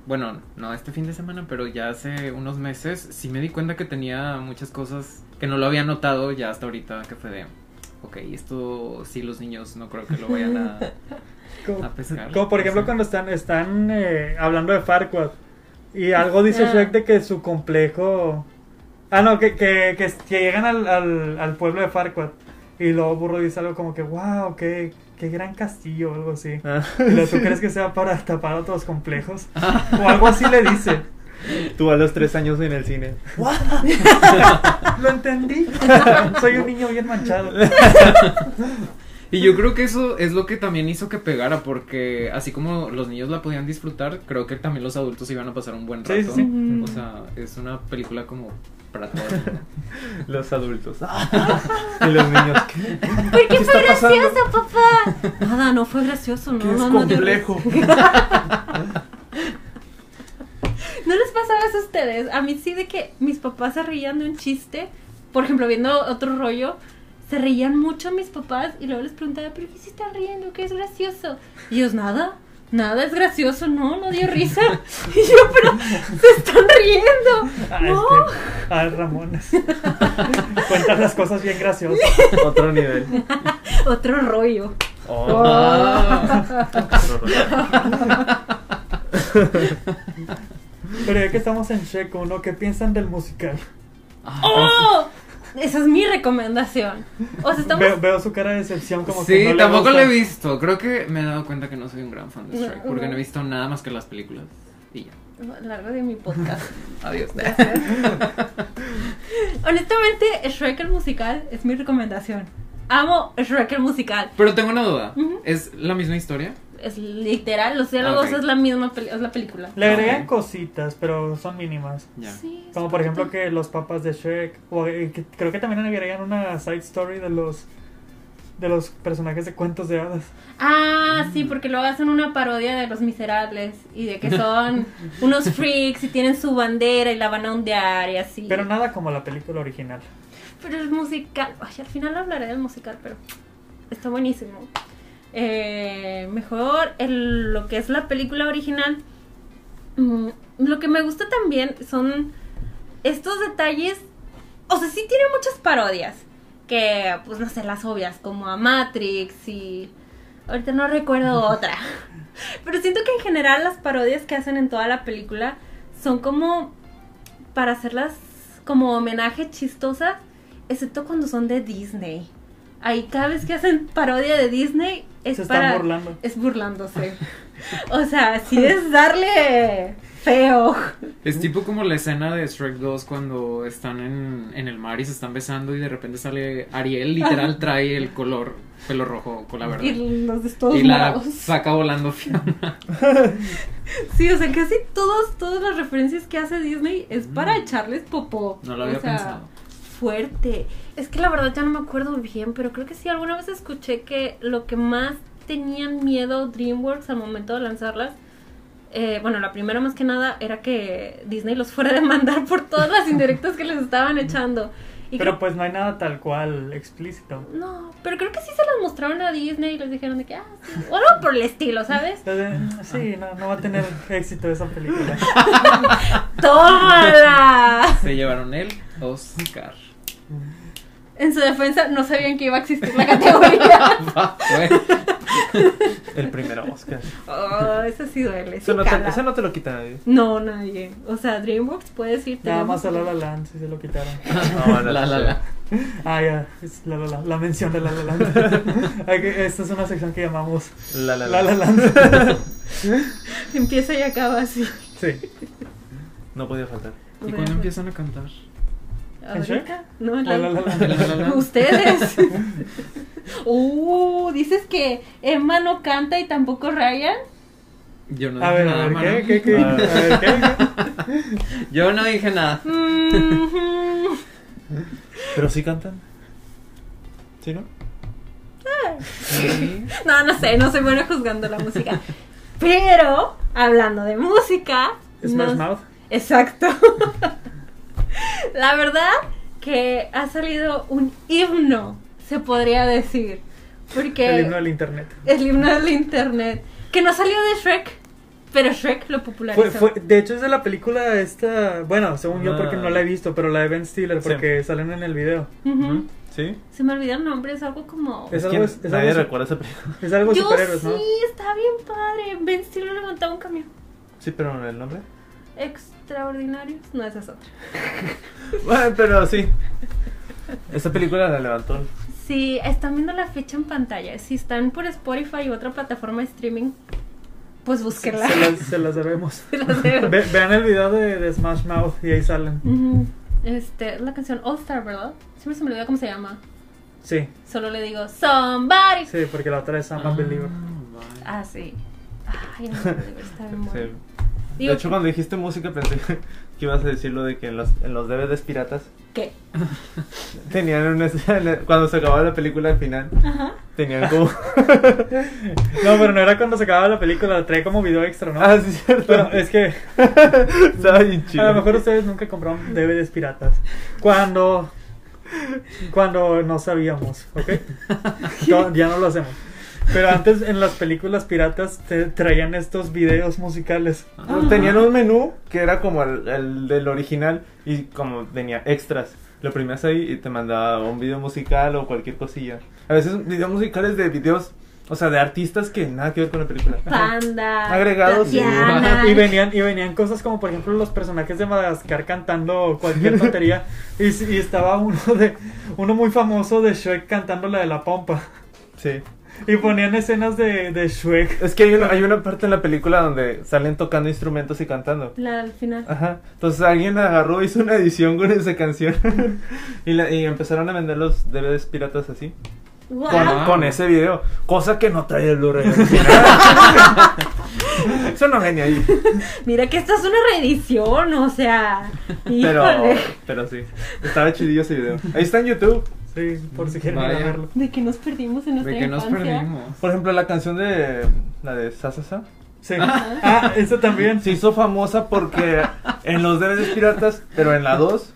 bueno, no este fin de semana, pero ya hace unos meses, sí me di cuenta que tenía muchas cosas que no lo había notado ya hasta ahorita, que fue de, ok, esto sí los niños no creo que lo vayan a...
Como,
A pescar.
como por ejemplo
Sí.
cuando están, están eh, hablando de Farquaad. Y algo dice
Ah.
Shrek de que su complejo... Ah, no, que, que, que, que llegan al, al, al pueblo de Farquaad. Y luego Burro dice algo como que, wow, qué, qué gran castillo o algo así.
*laughs* Ah,
Y luego, ¿Tú crees que sea para tapar otros complejos? O algo así le dice.
tú a los tres años en el cine.
Lo entendí. *laughs* Soy un niño bien manchado.
Y yo creo que eso es lo que también hizo que pegara, porque así como los niños la podían disfrutar, creo que también los adultos iban a pasar un buen
Sí,
rato.
sí,
sí.
O sea, es una película como para todo el mundo.
Los
*laughs*
adultos. y los niños. ¿Qué,
¿Por qué
¿Qué
fue
está pasando?
gracioso,
*laughs*
papá? Nada, no fue gracioso, no,
¿Qué es
no, no, dio
complejo?
*laughs* ¿No les pasaba eso a ustedes? A mí sí de que mis papás se reían de un chiste, por ejemplo, viendo otro rollo, se reían mucho mis papás y luego les preguntaba, ¿pero qué se están riendo? ¿Qué es gracioso? Y ellos, nada, nada es gracioso, no, no dio risa. *laughs* Y yo, pero se están
Ah,
riendo. No.
este, ah, *laughs* Ramones. Cuentas las cosas bien graciosas.
Otro nivel. Oh,
Otro rollo. *laughs* Oh.
Otro rollo.
Pero ya que estamos en Shrek 1, ¿qué piensan del musical?
Ah,
¡Oh! Esa es mi recomendación. O sea, estamos...
Veo, veo su cara de decepción como
sí,
que no le
tampoco
gusta.
lo he visto. Creo que me he dado cuenta que no soy un gran fan de Shrek,
No,
porque
no.
no he visto nada más que las películas. Y ya.
Largo de mi podcast.
Adiós. *laughs*
Honestamente, Shrek el musical es mi recomendación. Amo Shrek el musical.
Pero tengo una duda.
Ujú.
¿Es la misma historia?
Es literal, los diálogos
Ah, ok.
es la misma peli- es la película.
Le agregan
Ok.
cositas, pero son mínimas.
Ya.
Sí,
Como por ejemplo que los papas de Shrek, o eh, que- creo que también agregan una side story de los de los personajes de cuentos de hadas.
Ah, sí, porque luego hacen una parodia de los miserables y de que
*laughs*
son unos freaks y tienen su bandera y la van a ondear y así.
Pero nada como la película original.
Pero el musical, ay, al final hablaré del musical, pero está buenísimo. Eh, mejor el- lo que es la película original. Mm, lo que me gusta también son estos detalles. O sea, sí tiene muchas parodias. Que, pues no sé, las obvias, como a Matrix y. Ahorita no recuerdo otra. Pero siento que en general las parodias que hacen en toda la película son como para hacerlas como homenaje chistosas, excepto cuando son de Disney. Ahí cada vez que hacen parodia de Disney es
Se están
para
burlando.
es burlándose. O sea, sí es darle feo.
Es tipo como la escena de Shrek 2 cuando están en, en el mar y se están besando y de repente sale Ariel, literal trae el color pelo rojo con la
Y
verde.
los de todos
Y la
morados.
saca
*laughs*
volando Fiona.
Sí, o sea, casi todos, todas las referencias que hace Disney es para echarles popó.
Mm. No lo había
O sea,
pensado.
Fuerte. Es que la verdad ya no me acuerdo bien, pero creo que sí, alguna vez escuché que lo que más tenían miedo DreamWorks al momento de lanzarlas eh, bueno, la primera más que nada era que Disney los fuera a demandar por todas las indirectas que les estaban echando. Y
Pero
creo-
pues no hay nada tal cual explícito.
No, pero creo que sí se las mostraron a Disney y les dijeron de que, ah, sí, o algo por el estilo,
*laughs*
¿sabes?
Entonces, sí, no, no va a tener éxito
*laughs*
esa película.
¡Tómala!
Se llevaron el Oscar.
En su defensa, no sabían que iba a existir la categoría.
*laughs* Va, bueno.
El primer Oscar.
Oh, eso sí duele. sí
Eso no, te,
cala.
eso no te lo quita nadie.
No, nadie. O sea, DreamWorks puede decir.
Nada más a La
tenemos-
La Land, si se lo quitaron.
*laughs* No, no,
la, la,
sí.
la.
Ah, ya, es La La Land, la mención de La
*laughs*
La Land. Hay que- Esta es una sección que llamamos
La la
La La Land.
Empieza y acaba así.
*laughs* Sí.
No podía faltar.
¿Y cuándo empiezan a cantar?
¿En Shrek?
pues, ¿Ahorita? No, en
La La
la-
Land.
La La Land.
*laughs* Ustedes. Uh, dices que Emma no canta y tampoco Ryan.
Yo no
A
dije
ver, a
nada, mano.
ver, ¿qué, qué, qué? A ver, ¿qué?
Yo no dije
*laughs*
nada.
Mhm.
Pero sí cantan. ¿Sí, no?
Sí.
No, no sé, no soy buena juzgando la música. Pero, hablando de música.
qué? Smash
nos-
Mouth.
Exacto. *laughs* La verdad que ha salido un himno, se podría decir. Porque
El himno del internet.
el himno del internet. Que no salió de Shrek, pero Shrek lo popularizó.
Fue, fue- de hecho, es de la película esta. Bueno, según yo, porque no la he visto, pero la de Ben Stiller,
Ah. Sí.
porque salen en el video.
Ujú.
Sí.
Se me olvidó el nombre, es algo como.
Es
¿Quién?
algo, es
Nadie
algo,
recuerda
*laughs*
esa película.
es algo de
Yo
superhéroes,
sí,
¿no?
está bien padre. Ben Stiller le montaba un camión.
Sí, pero el nombre.
Extraordinarios. No, esa es otra.
*laughs* Bueno, pero sí. Esta película la levantó.
Sí, están viendo la fecha en pantalla. Si están por Spotify u otra plataforma de streaming, pues
Se
búsquenla.
las, se las debemos.
Se las debo.
*laughs* Ve- vean el video de, de Smash Mouth y ahí salen.
*laughs* Ujú. Este, es la canción All Star, ¿verdad? Siempre se me olvida cómo se llama.
Sí,
Solo le digo Somebody.
sí, porque la otra es I'm a Believer.
Ah,
Ah, sí. Ay, no, está
*laughs*
bien
Sí.
bueno.
De
Digo,
hecho, cuando dijiste música pensé *laughs* que ibas a decir lo de que en los, en los DVDs piratas
¿qué?
tenían una *laughs* escena- cuando se acababa la película al final,
Ajá.
tenían como...
*laughs*
*laughs*
Ah.
No, pero no era cuando se acababa la película, trae como video extra, ¿no?
Ah, sí, es cierto.
Bueno, es que
*laughs* Estaba bien chido.
a lo mejor ustedes nunca compraron DVDs piratas. Cuando. Cuando no sabíamos, ¿ok? No, ya no lo hacemos. Pero antes en las películas piratas te traían estos videos musicales.
Ah.
Pues Tenían un menú que era como el, el del original y como tenía extras. Lo oprimías ahí y te mandaba un video musical o cualquier cosilla. A veces videos musicales de videos, o sea, de artistas que nada que ver con la película.
Ah. Panda.
Agregados, sí.
Tatiana.
Y venían, y venían cosas como, por ejemplo, los personajes de Madagascar cantando cualquier tontería. Y, s- y estaba uno de uno muy famoso de Shrek cantando la de la pompa.
Sí.
Y ponían escenas de, de Shrek.
Es que hay una, hay una parte en la película donde salen tocando instrumentos y cantando.
La al final.
Ajá. Entonces alguien agarró, hizo una edición con esa canción *laughs* y, la- y empezaron a vender los DVDs piratas así.
Wow.
Con, con ese video. Cosa que no trae el Blu-ray.
*laughs*
Eso no venía ahí.
Mira que esta es una reedición, o sea.
Pero,
Híjole.
pero sí. Estaba chidillo ese video. Ahí está en YouTube.
Sí, por si quieren ir a
Vaya.
verlo.
De que nos perdimos en nuestra
¿De qué nos
infancia.
perdimos?
Por ejemplo, la canción de. La de Sasasa.
Sí. Ah, eso también.
Se hizo famosa porque en los DVDs piratas, pero en la 2.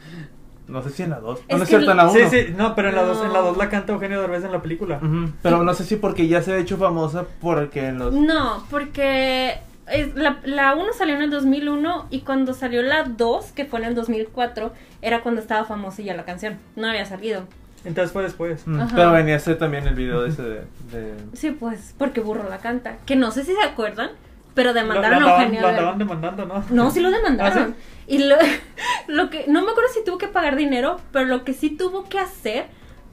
No sé si en la 2.
Es
No, no es
que
cierto, en la 1.
Sí, sí, no, pero en la dos en la
No.
dos la canta Eugenio Derbez en la película.
Ujú, Pero no sé si porque ya se ha hecho famosa porque en los.
No, porque es- la, la 1 salió en el 2001 y cuando salió la 2, que fue en el 2004, era cuando estaba famosa ya la canción. No había salido.
Entonces fue después.
Mm,
Ajá.
Pero venía ese también el video ese de. de-
Sí, pues, porque Burro la canta. Que no sé si se acuerdan, pero
Lo, lo
demandaron a
andaban,
Eugenio
lo
Derbez.
andaban demandando, ¿no?
No, sí lo
¿Ah,
demandaron. Y lo, *laughs* lo que, no me acuerdo si tuvo que pagar dinero, pero lo que sí tuvo que hacer,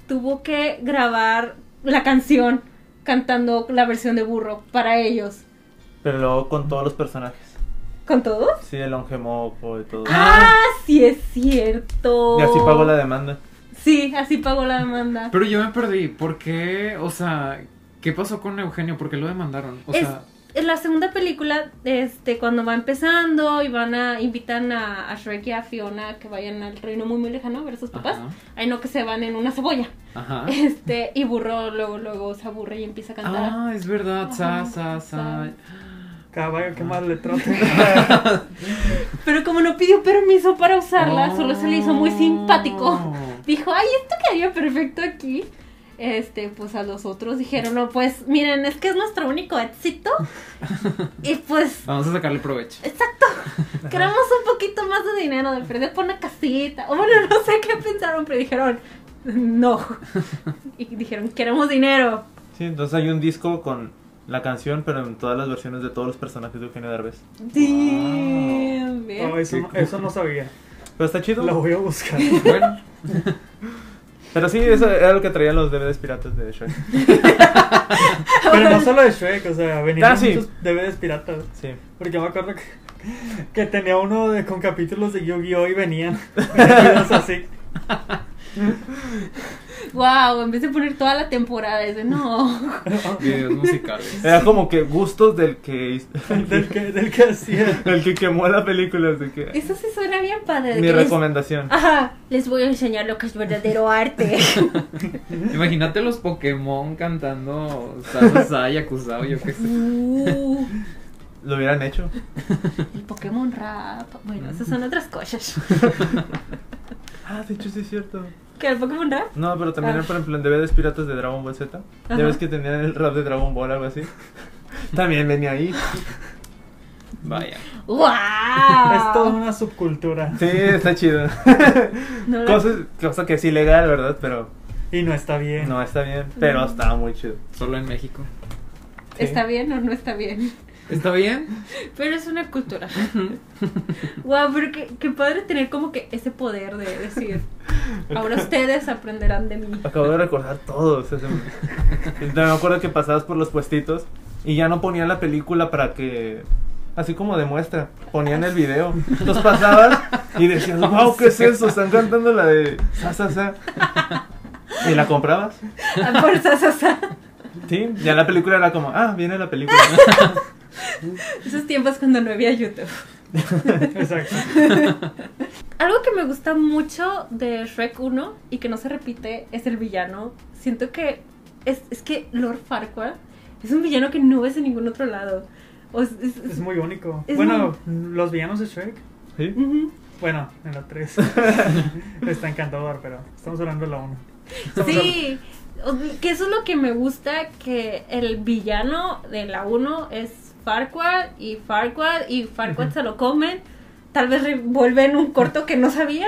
tuvo que grabar la canción cantando la versión de burro para ellos.
Pero luego con todos los personajes.
¿Con todos?
Sí, el longe moco y todo.
Ah, sí es cierto.
Y así pagó la demanda.
Sí, así pagó la demanda.
Ah, Pero yo me perdí. ¿Por qué? O sea, ¿qué pasó con Eugenio? ¿Por qué lo demandaron? O
Es-
sea,
en la segunda película, este, cuando va empezando y van a, invitan a, a Shrek y a Fiona que vayan al reino muy muy lejano a ver a sus papás,
Ajá. Ah.
ay no que se van en una cebolla.
ajá.
Este, y burro luego, luego se aburre y empieza a cantar.
Ah, es verdad. Sa,
Ajá,
sa, sa.
sa.
Caballo, qué mal le trato.
*laughs*
Pero como no pidió permiso para usarla, solo se le hizo muy simpático.
Oh.
Dijo, ay, esto quedaría perfecto aquí. Este, pues a los otros dijeron, no, pues miren, es que es nuestro único
*laughs*
éxito. y pues,
Vamos a sacarle provecho.
exacto, queremos un poquito más de dinero, de perder por una casita. O bueno, no sé qué pensaron, pero dijeron, no. y dijeron, queremos dinero.
Sí, entonces hay un disco con la canción, pero en todas las versiones de todos los personajes de Eugenio Derbez.
Damn,
No,
bien.
eso, no- eso no sabía.
Pero está chido.
Lo voy a buscar.
Bueno,
*laughs*
Pero sí, eso era lo que traían los DVDs piratas de Shrek.
Pero no solo de Shrek, o sea, venían
Ah, sí.
muchos DVDs piratas.
Sí.
Porque me acuerdo que, que tenía uno de, con capítulos de Yu-Gi-Oh! y venían *laughs* metidos así.
Wow, en vez de poner toda la temporada, es de no.
*laughs*
videos musicales.
Eh.
Era como que gustos del que
del, que, del que hacía.
*laughs* del que quemó la película, de que
Eso sí suena bien padre. de
mi
que Ah. les-
recomendación.
Ajá, les voy a enseñar lo que es verdadero
*laughs*
arte.
Imagínate los Pokémon cantando Sasasai, acusado, yo qué sé.
Uh,
Lo hubieran hecho.
el Pokémon rap. Bueno, esas son otras
*laughs*
cosas.
Ah, de hecho sí es cierto.
¿Qué el Pokémon rap?
No, pero también
Ah.
era, por ejemplo en DVDs piratas de Dragon Ball Z.
Ajá.
Ya ves que tenían el rap de Dragon Ball algo así. También venía ahí.
Vaya.
¡Wow! Ah.
Es toda una subcultura.
Sí, está chido.
No lo-
Cosas, cosa que es ilegal, ¿verdad? Pero
Y no está bien.
no está bien. Pero estaba muy chido.
Solo en México.
¿Está bien o no está bien?
¿Está bien?
Pero es una cultura. *laughs* wow, pero qué, qué padre tener como que ese poder de decir. Ahora ustedes aprenderán de mí.
Acabo de recordar todo. o sea, se
*laughs*
me... me acuerdo que pasabas por los puestitos y ya no ponían la película para que. Así como demuestra, ponían el video. Los pasabas y
*laughs*
decías, wow, ¿qué es eso? Están cantando la de sa, sa, sa". ¿Y la comprabas?
A fuerza, sa, sa.
Sí, ya la película era como, ah, viene la
*laughs*
película.
Esos tiempos cuando no había YouTube.
Exacto.
Algo que me gusta mucho de Shrek 1 y que no se repite es el villano. Siento que es, es que Lord Farquaad es un villano que no ves en ningún otro lado. O es- es-
Es muy único.
Es
bueno, los villanos de Shrek.
¿Sí?
Ujú.
Bueno, en la 3. está encantador, pero estamos hablando de la 1.
Sí, o- que eso es lo que me gusta, que el villano de la 1 es Farquaad y Farquaad y Farquaad se lo comen. Tal vez re- vuelve en un corto que no sabía,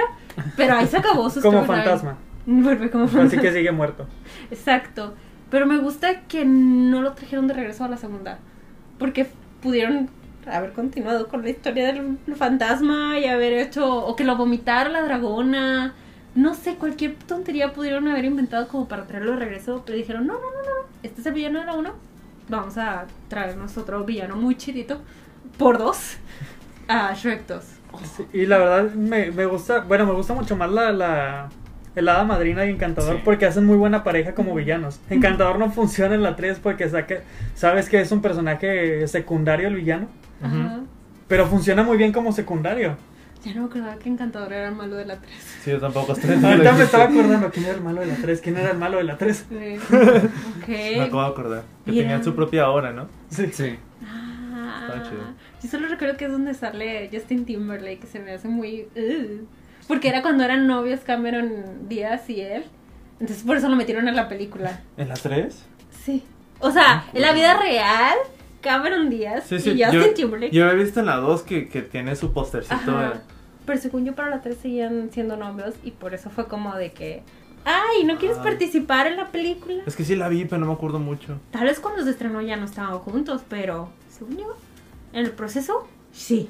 pero ahí se acabó su
Como
storyline.
fantasma.
Vuelve como
Así
fantasma.
que sigue muerto.
Exacto. Pero me gusta que no lo trajeron de regreso a la segunda. Porque pudieron haber continuado con la historia del fantasma y haber hecho. O que lo vomitara la dragona. No sé, cualquier tontería pudieron haber inventado como para traerlo de regreso. Pero dijeron: no, no, no, no. Este es el villano de la uno. Vamos a traernos otro villano muy chidito. Por dos. A Shrek 2.
Sí, y la verdad me, me gusta, bueno, me gusta mucho más la, la el hada madrina y encantador
Sí.
porque hacen muy buena pareja como villanos. Encantador no funciona en la 3 porque saque, sabes que es un personaje secundario el villano,
Ajá.
pero funciona muy bien como secundario.
Ya no me acordaba que Encantador era el malo de la 3.
Sí, yo tampoco estoy.
Ahorita me estaba acordando quién era el malo de la 3, quién era el malo de la 3.
ok.
Me acabo de acordar. Que
Mira.
tenían su propia hora, ¿no?
Sí.
Sí.
Ah,
Está chido.
yo solo recuerdo que es donde sale Justin Timberlake, que se me hace muy... "Ugh". porque era cuando eran novios Cameron Díaz y él. Entonces por eso lo metieron a la película.
¿En las tres?
Sí. O sea, en la vida real, Cameron Díaz
Ah, Sí, sí.
y Justin
yo,
Timberlake.
yo he visto en la dos que, que tiene su postercito.
Ajá.
eh.
Pero según yo para la 3 seguían siendo novios y por eso fue como de que... Ay, ¿no quieres
Ah.
participar en la película?
Es que sí la vi, pero no me acuerdo mucho.
Tal vez cuando se estrenó ya no estaban juntos, pero según yo, en el proceso, sí.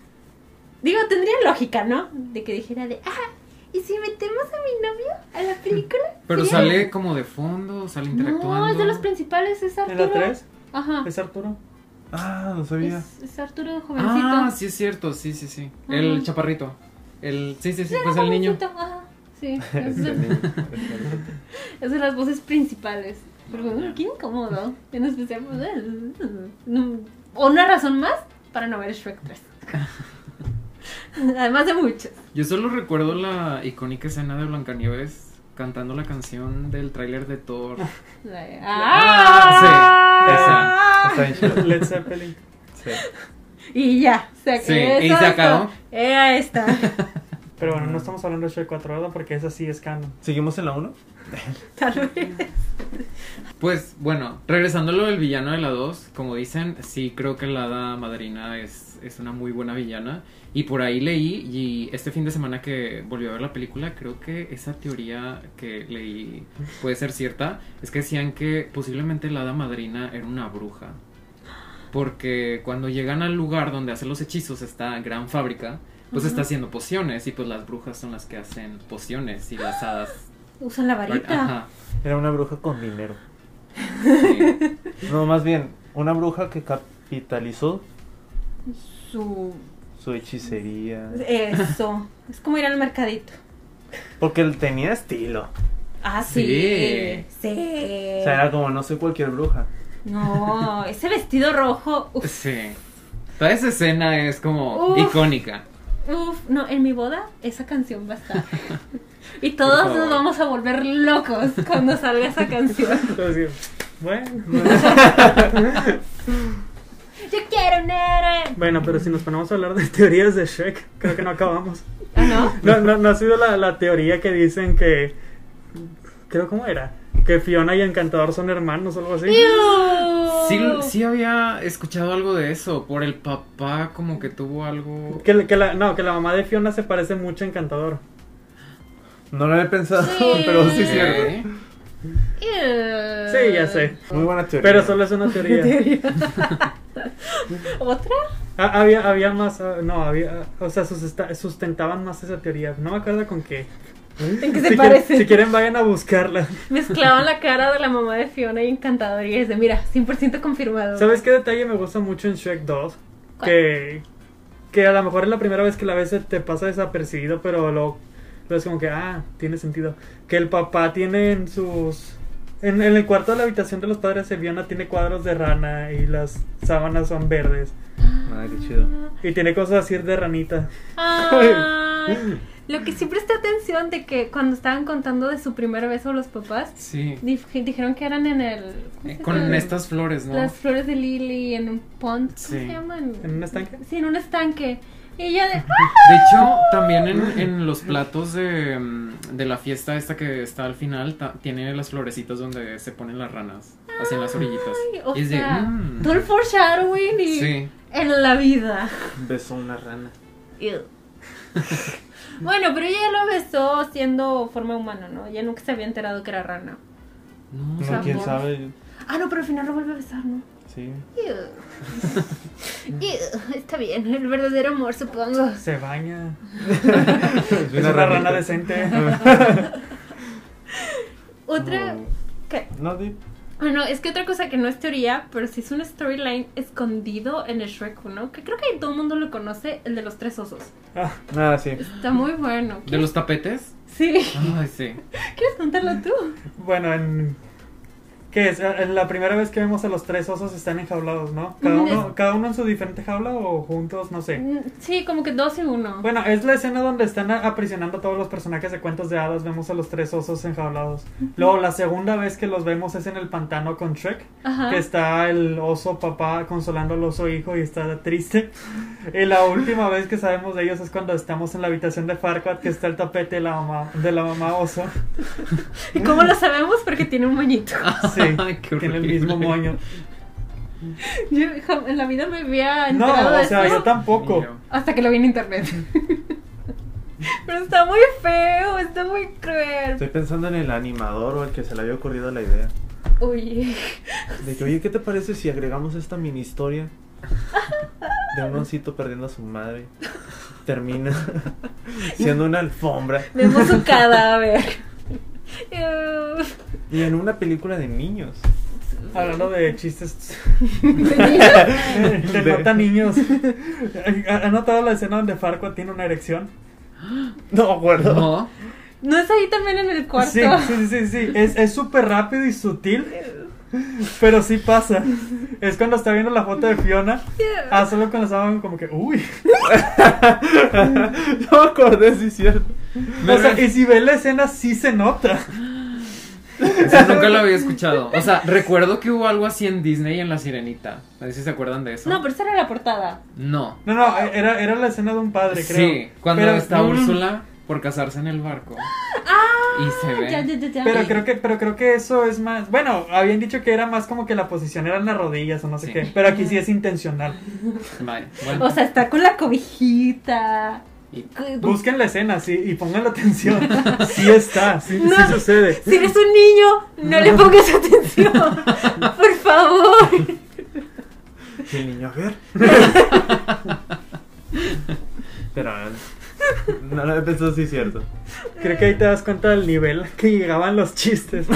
*laughs* Digo, tendría lógica, ¿no? De que dijera de, ah, ¿y si metemos a mi novio a la película?
Pero
Sí.
sale como de fondo, sale *laughs* interactuando.
No, es de los principales, es
¿En
Arturo.
la 3?
Ajá.
¿Es Arturo?
Ah, no sabía. *laughs*
Es, es Arturo jovencito.
Ah, sí es cierto, sí, sí, sí. El
Ajá.
chaparrito. El sí, sí, sí,
Era
pues el niño.
jovencito, Ajá.
*laughs*
Sí, es
Este,
de,
niño.
es de las voces principales. Pero
Ah,
bueno, qué incómodo. En especial, pues, no- o una razón más para no ver Shrek
*laughs*
3. Además de muchas.
Yo solo recuerdo la icónica escena de Blancanieves cantando la canción del tráiler de Thor.
La-
Ah,
¡Ah!
Está bien chido.
Led Zeppelin.
sí. Sí.
Y ya, se ac- Eh,
Sí,
eso
y se
está.
acabó.
Era esta.
Pero bueno, no estamos hablando de Shrek 4, ¿verdad? Porque esa sí es canon.
¿Seguimos en la 1?
*laughs* Tal vez.
Pues bueno, regresando a lo del villano de la 2, como dicen, sí creo que la hada madrina es, es una muy buena villana. Y por ahí leí, y este fin de semana que volví a ver la película, creo que esa teoría que leí puede ser cierta. Es que decían que posiblemente la hada madrina era una bruja. Porque cuando llegan al lugar donde hacen los hechizos, esta gran fábrica, pues está haciendo pociones. Y pues las brujas son las que hacen pociones y las hadas.
Usan la varita.
Ajá.
Era una bruja con dinero.
sí.
No, más bien, una bruja que capitalizó
Su.
su hechicería.
Eso. es como ir al mercadito.
Porque él tenía estilo.
Ah,
Sí.
sí. Sí.
O sea, era como, no soy cualquier bruja.
No, ese vestido rojo. Uf,
Sí. Toda esa escena es como
Uf.
icónica.
uf. No, en mi boda esa canción va a *laughs* estar. Y
Por
todos
favor.
nos vamos a volver locos cuando salga esa canción.
Entonces, *laughs* bueno,
*laughs* Yo quiero un héroe.
bueno, pero si nos ponemos a hablar de teorías de Shrek, creo que no acabamos.
Ah, no.
No, no, no ha sido la, la teoría que dicen que. Creo cómo era. Que Fiona y Encantador son hermanos o algo así.
Sí, sí había escuchado algo de eso, por el papá como que tuvo algo...
Que, la- que la, no, que la mamá de Fiona se parece mucho a Encantador.
No lo he pensado,
Sí.
*laughs* pero sí
Sí,
es cierto.
¿eh?
Ew.
Sí,
*laughs*
ya sé.
Muy buena teoría.
Pero solo es una teoría.
¿Otra?
Ha- había, había más. ah, No, había. O sea, susesta- sustentaban más esa teoría. No me acuerdo con qué.
¿En qué se
si, quieren,
parece?
si quieren, vayan a buscarla.
Mezclaban la cara de la mamá de Fiona y Encantador y es de, mira, 100% confirmado.
¿Sabes qué detalle me gusta mucho en Shrek 2?
¿Cuál?
Que, que a lo mejor es la primera vez que la ves te pasa desapercibido, pero lo, lo es como que, ah, tiene sentido. Que el papá tiene en sus... En, en el cuarto de la habitación de los padres de Fiona tiene cuadros de rana y las sábanas son verdes.
Ah, qué chido.
Y tiene cosas así de ranita.
Ay, lo que sí presté atención de que cuando estaban contando de su primer beso los papás,
Sí.
dif- dijeron que eran en el... ¿cómo
Eh,
se
Con
llama?
estas flores, ¿no?
Las flores de Lily en un pond. ¿Cómo
Sí.
se llaman?
¿En un estanque?
Sí, en un estanque. Y yo de...
*laughs*
¡ah!
De hecho, también en, en los platos de, mm, de la fiesta esta que está al final, ta- tiene las florecitas donde se ponen las ranas, así en las orillitas.
Ay, o
Y es de,
sea,
mm.
todo el foreshadowing y
Sí.
en la vida.
Besó una rana.
*laughs*
Ew. bueno, pero ella lo besó siendo forma humana, ¿no? Ella nunca se había enterado que era rana.
No, o
No,
sea,
Sabor.
quién sabe.
Ah, no, pero al final lo vuelve a besar, ¿no?
Sí.
*laughs*
Ew. Ew, Está bien, el verdadero amor,
*laughs*
supongo.
Se baña.
Es
*laughs* Es una rana decente. *laughs*
Otra.
No.
¿Qué?
No, di.
Bueno, es que otra cosa que no es teoría, pero sí es un storyline escondido en el Shrek 1, que creo que todo el mundo lo conoce, el de los tres osos.
Ah,
Nada, sí.
Está muy bueno.
¿De los tapetes?
Sí.
Ay, sí.
¿Quieres contarlo tú?
bueno, en... ¿Qué es? En La primera vez que vemos a los tres osos están enjaulados, ¿no? Cada
Ujú.
uno, cada uno en su diferente jaula o juntos, no sé.
Mm, Sí, como que dos y uno.
Bueno, es la escena donde están a- aprisionando a todos los personajes de cuentos de hadas. Vemos a los tres osos enjaulados. Luego, la segunda vez que los vemos es en el pantano con Shrek.
Ajá.
Ah.
Que está el oso papá consolando al oso hijo y está triste. Y la última vez que sabemos de ellos es cuando estamos en la habitación de Farquaad, que está el tapete de la mamá, de la mamá
*laughs*
oso.
¿Y
mm.
cómo lo sabemos? Porque tiene un moñito.
Sí,
*laughs* Ay, qué
tiene el
horrible.
mismo moño.
*laughs* Yo jam- en la vida me había
No,
enterado de
o sea,
eso
yo tampoco.
Mira.
hasta que lo vi en
*laughs*
internet. Pero está muy feo, está muy cruel.
Estoy pensando en el animador o el que se le había ocurrido la idea.
Uy,
De que, oye, ¿qué te parece si agregamos esta mini historia de un oncito perdiendo a su madre? Termina *laughs* siendo una alfombra
vemos
*laughs*
su cadáver. *laughs* Ew.
y en una película de niños.
Hablando de
*laughs*
chistes
De-
que mata niños. ¿Han notado la escena donde Farquaad tiene una erección?
No,
*laughs*
acuerdo.
No.
¿No es ahí también en el cuarto?
Sí, sí, sí, sí. Es es súper rápido y sutil. Pero sí pasa. Es cuando está viendo la foto de Fiona. Ah, solo cuando estaban como que, uy.
*laughs* No me acordé, sí, es cierto.
O sea, y si ve la escena, sí se nota.
Eso nunca lo había escuchado. O sea, recuerdo que hubo algo así en Disney y en La Sirenita. No sé si se acuerdan de eso.
No, pero esa era la portada.
No.
No, no, era, era la escena de un padre, creo.
Sí, cuando
Pero- mm.
está
no, no, no.
Úrsula por casarse en el barco. y se ve.
Ah, Ya, ya, ya, ya.
Pero creo que, pero creo que eso es más. Bueno, habían dicho que era más como que la posición eran las rodillas o no sé
Sí.
qué. Pero aquí sí es intencional.
Vale, bueno.
O sea, está con la cobijita.
Y-
Busquen la escena sí, y pongan la
*laughs*
atención. Sí está, sí, sí
No.
sucede.
Si eres un niño, no le pongas
*laughs*
atención. Por favor.
Y el niño, a ver. Pero no lo había pensado, sí, cierto.
Creo que ahí te das cuenta del nivel que llegaban los chistes.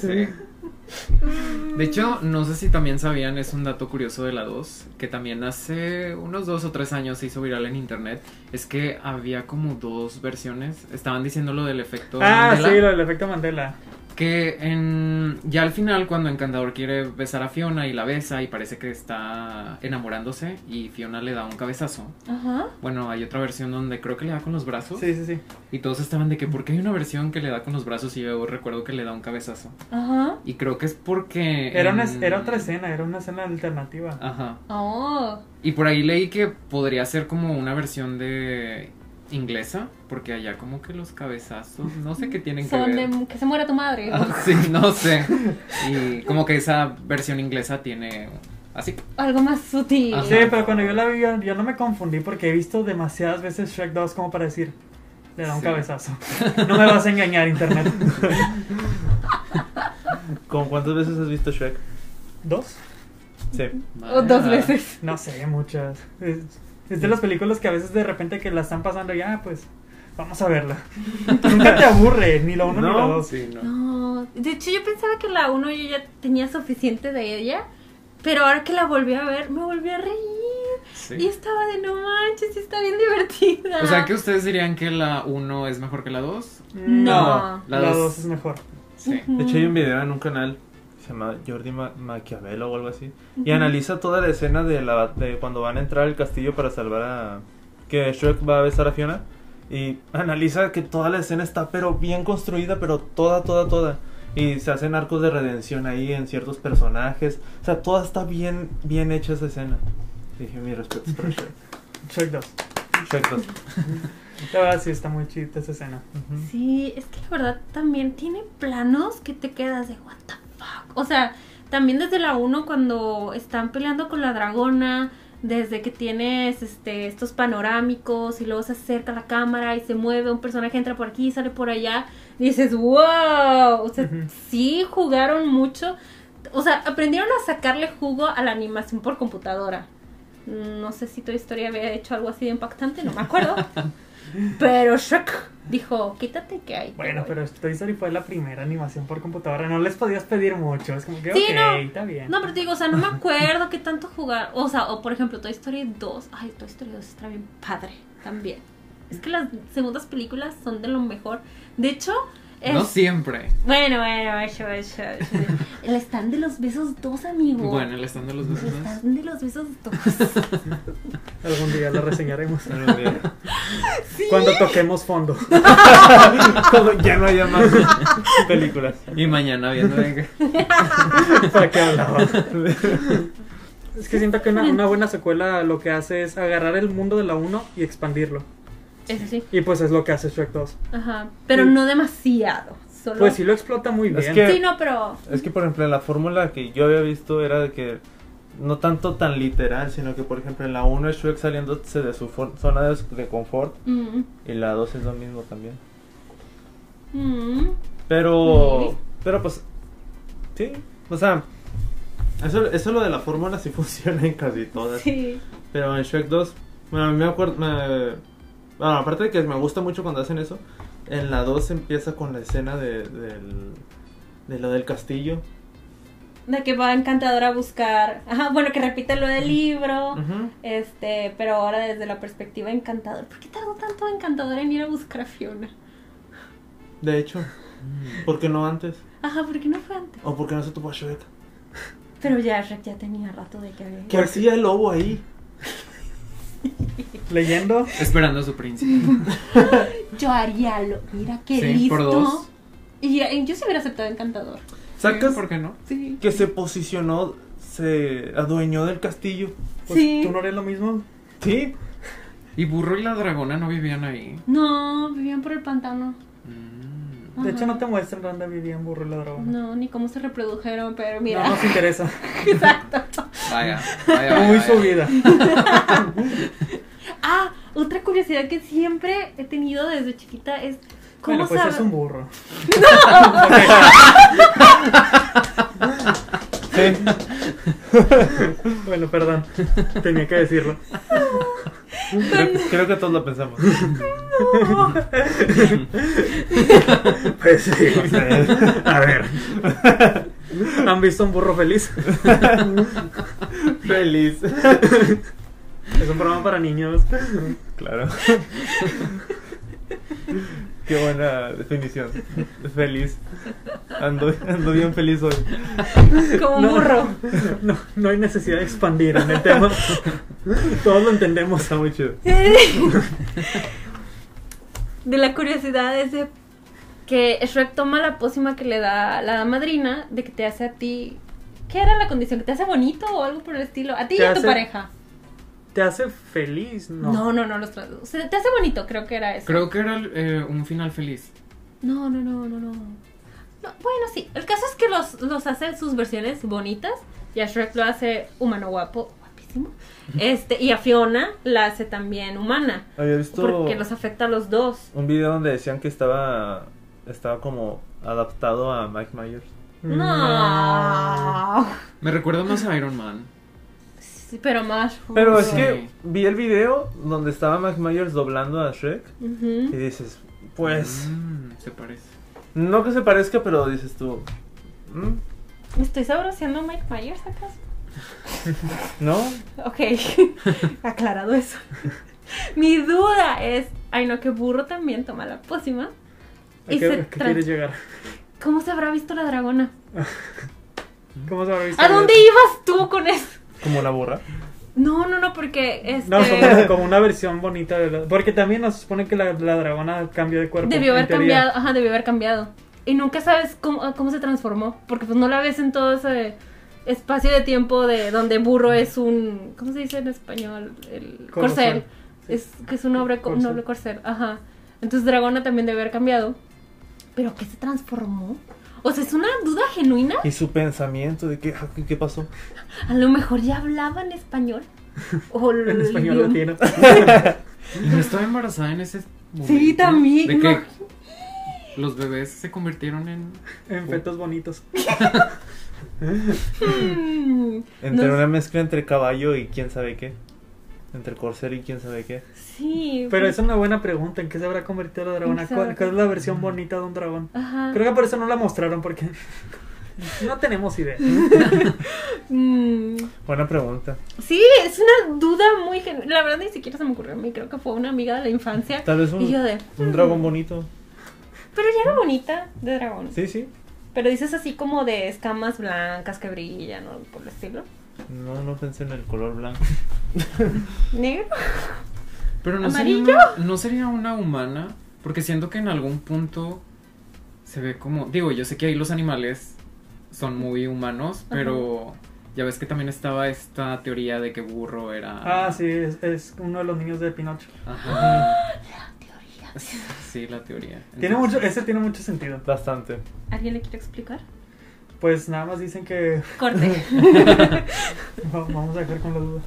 Sí.
mm.
De hecho, no sé si también sabían, es un dato curioso de la 2, que también hace unos dos o tres años se hizo viral en internet, es que había como dos versiones, estaban diciendo lo del efecto
Ah,
Mandela,
sí, lo del efecto Mandela.
que en, ya al final cuando Encantador quiere besar a Fiona y la besa y parece que está enamorándose y Fiona le da un cabezazo.
Ajá.
Bueno, hay otra versión donde creo que le da con los brazos
Sí, sí, sí.
y todos estaban de que ¿por qué hay una versión que le da con los brazos y yo recuerdo que le da un cabezazo?
Ajá.
Y creo que es porque...
Era, una,
en- Ah.
era otra escena, era una escena alternativa.
Ajá.
Oh.
Y por ahí leí que podría ser como una versión de inglesa, porque allá como que los cabezazos, no sé qué tienen que
Son
ver.
de que se muera tu madre.
Ah,
*laughs*
sí, no sé. Y como que esa versión inglesa tiene así.
Algo más sutil.
Ajá.
Sí, pero cuando yo la vi, yo, yo no me confundí porque he visto demasiadas veces Shrek 2 como para decir, le da un
Sí.
cabezazo. *laughs* No me vas a engañar, internet.
*laughs*
¿Con cuántas veces has visto Shrek?
¿Dos?
Sí.
O
Ah.
dos veces.
No sé, muchas. Es, es de las películas que a veces de repente que la están pasando ya, pues vamos a verla. *laughs* Nunca te aburre, ni la uno ni la
No,
dos.
sí, no.
No. De hecho, yo pensaba que la uno yo ya tenía suficiente de ella. Pero ahora que la volví a ver, me volví a reír.
Sí.
Y estaba de no manches, está bien divertida.
O sea que ustedes dirían que la 1 es mejor que la 2.
No.
La,
La dos.
dos es mejor.
Sí.
De hecho, hay un video en un canal que se llama Jordi Ma- Maquiavelo o algo así. Y analiza toda la escena de, la, de cuando van a entrar al castillo para salvar a. que Shrek va a besar a Fiona. Y analiza que toda la escena está, pero bien construida, pero toda, toda, toda. Y se hacen arcos de redención ahí en ciertos personajes. O sea, toda está bien, bien hecha esa escena. Dije, mi respeto para Shrek.
Shrek 2.
Shrek dos.
La verdad sí está muy chida esa escena.
Ujú.
Sí, es que la verdad también tiene planos que te quedas de what the fuck. O sea, también desde la 1 cuando están peleando con la dragona, desde que tienes este estos panorámicos y luego se acerca la cámara y se mueve, un personaje entra por aquí, sale por allá, y dices, "Wow." O sea,
Ujú.
sí jugaron mucho. O sea, aprendieron a sacarle jugo a la animación por computadora. No sé si tu historia había hecho algo así de impactante, no me acuerdo. Pero Shrek dijo, quítate que hay.
Bueno, pero Toy Story fue la primera animación por computadora. No les podías pedir mucho. Es como que,
Sí,
ok,
no.
está bien.
No, pero te digo, o sea, no me acuerdo qué tanto jugar. O sea, o por ejemplo, Toy Story 2. Ay, Toy Story 2 está bien padre también. Es que las segundas películas son de lo mejor. De hecho, es...
No siempre.
Bueno, bueno, eso, eso, eso. El stand de los besos 2, amigo.
Bueno, el stand de los
El
besos. ¿no?
stand de los besos 2.
Algún día la *laughs* reseñaremos.
Algún día. *laughs*
Cuando toquemos
*laughs*
fondo.
Cuando ya no haya más películas.
Y mañana viendo de que-
*laughs*
¿Para qué hablaba? Es que siento que una, una buena secuela lo que hace es agarrar el mundo de la 1 y expandirlo.
Eso sí.
Y pues es lo que hace Shrek 2.
Ajá. Pero
Sí.
no demasiado. Solo...
Pues sí lo explota muy
Es
bien.
que-
Sí, no, pero...
Es que, por ejemplo, en la fórmula que yo había visto era de que no tanto tan literal, sino que, por ejemplo, en la 1 es Shrek saliéndose de su for- zona de, de confort
Mm,
y la 2 es lo mismo también.
mm.
Pero,
Sí.
pero pues, sí, o sea, eso, eso lo de la fórmula sí *laughs* funciona en casi todas.
Sí.
Pero en Shrek 2, bueno, a mí me acuerdo. me- bueno, aparte de que me gusta mucho cuando hacen eso, en la 2 empieza con la escena de, del- de lo del castillo.
De que va encantadora a buscar. Ajá, bueno, que repita lo del libro.
Ujú.
Este, pero ahora desde la perspectiva de encantador. ¿Por qué tardó tanto encantador en ir a buscar a Fiona?
De hecho, ¿por qué no antes?
Ajá, ¿por qué no fue antes?
¿O por qué no se tuvo a Shrek?
Pero ya Shrek ya tenía rato de que había.
¿Qué hacía el lobo ahí?
Leyendo,
Esperando a su príncipe.
Yo haría lo. Mira qué
Sí,
listo.
por dos.
Y eh, yo sí hubiera aceptado Encantador.
Sacas
Sí, ¿Por qué no?
Sí.
que se posicionó, se adueñó del castillo.
Pues,
Sí.
¿Tú no harías lo mismo?
Sí,
Y Burro y la Dragona no vivían ahí.
No, vivían por el pantano.
Mm.
De hecho,
Ajá.
no te muestran dónde vivían burro y la dragona.
No, ni cómo se reprodujeron, pero mira.
No nos interesa.
*laughs* Exacto. *laughs*
Vaya, vaya, vaya,
Muy
vaya.
subida.
Ah, otra curiosidad que siempre he tenido desde chiquita es cómo
Bueno, pues
sabe-
es un burro.
sí.
Bueno, perdón. Tenía que
*laughs*
decirlo.
Ah,
*laughs*
Creo, creo que todos lo pensamos.
Pues sí, o sea, a ver. ¿Han visto un burro feliz?
*laughs* Feliz.
Es un programa para niños.
Claro. Qué buena definición. Feliz. Ando, ando bien feliz hoy.
como un
*laughs* No.
burro.
No, no hay necesidad de expandir en el tema. Todos lo entendemos.
Está muy chido.
*laughs* De la curiosidad es de que Shrek toma la pócima que le da la madrina de que te hace a ti. ¿Qué era la condición? ¿Que te hace bonito o algo por el estilo? A ti y
Te
a tu
hace-
pareja.
¿Te hace feliz? No.
No, no, no, los tra- o sea, te hace bonito, creo que era eso.
Creo que era eh, un final feliz.
No, no, no, no, no. No, bueno, sí. El caso es que los, los hace sus versiones bonitas. Y a Shrek lo hace humano guapo, guapísimo. Este, y a Fiona la hace también humana.
Había visto
Porque los afecta a los dos.
un video donde decían que estaba estaba como adaptado a Mike Myers.
No.
Me recuerda más a Iron Man.
Sí, pero más.
Pero es
Sí.
que vi el video donde estaba Mike Myers doblando a Shrek y
Ujú.
dices, pues
Mm, se parece.
no que se parezca, pero dices tú, "Mm,
¿Me estoy sabroseando a Mike Myers acaso?
¿no?
Ok. Aclarado eso. Mi duda es. Ay, no, que burro también toma la pócima.
¿A qué,
Y se
a qué
tra-
quieres llegar?
¿Cómo se habrá visto la dragona?
¿Cómo se habrá visto?
¿A dónde ibas tú con eso?
Como la burra.
No, no, no, porque este
No, como, *laughs* como una versión bonita de la... Porque también nos supone que la, la dragona cambió de cuerpo.
debió
en
haber
teoría.
cambiado, ajá, debió haber cambiado. Y nunca sabes cómo, ah, cómo se transformó, porque pues no la ves en todo ese espacio de tiempo de donde burro es un, ¿cómo se dice en español? El corcel.
Corcel, sí.
Es que es un noble, co-
Corcel.
noble corcel, ajá. Entonces Dragona también debe haber cambiado. Pero ¿qué se transformó? O sea, es una duda genuina.
Y su pensamiento de que, ah, ¿qué- ¿qué pasó?
A lo mejor ya hablaba en
*laughs*
español. O
En
el
español
idioma.
latino.
Y no estaba embarazada en ese momento.
Sí, también.
De que
imagínate.
los bebés se convirtieron en.
En fetos bonitos.
Mm, *laughs*
Entre
no
una mezcla entre caballo y quién sabe qué. Entre corcel y quién sabe qué.
Sí.
Pero
pues,
es una buena pregunta. ¿En qué se habrá convertido la dragona?
¿En qué se
¿Cuál,
habrá
cuál es la versión bonita de un dragón?
Ajá.
Creo que por eso no la mostraron porque *laughs* no tenemos idea.
Mm,
Buena pregunta.
sí, es una duda muy gen- La verdad ni siquiera se me ocurrió a mí. Creo que fue una amiga de la infancia.
Tal vez un,
Y yo de,
un
mm.
dragón bonito.
Pero ya era bonita de dragón.
Sí, sí.
Pero dices así como de escamas blancas que brillan o algo por el estilo.
No, no pensé en el color blanco.
Negro.
Pero no sería,
¿Amarillo?
una, no sería una humana. Porque siento que en algún punto se ve como. Digo, yo sé que ahí los animales son muy humanos, pero. Ya ves que también estaba esta teoría de que burro era.
Ah, sí, es, es uno de los niños de Pinocho.
Ajá.
Teoría.
Sí, la teoría.
Tiene
Entonces-
mucho, ese tiene mucho sentido.
Bastante.
¿Alguien le quiere explicar?
Pues nada más dicen que
*laughs*
Corte.
va- vamos a dejar con la duda.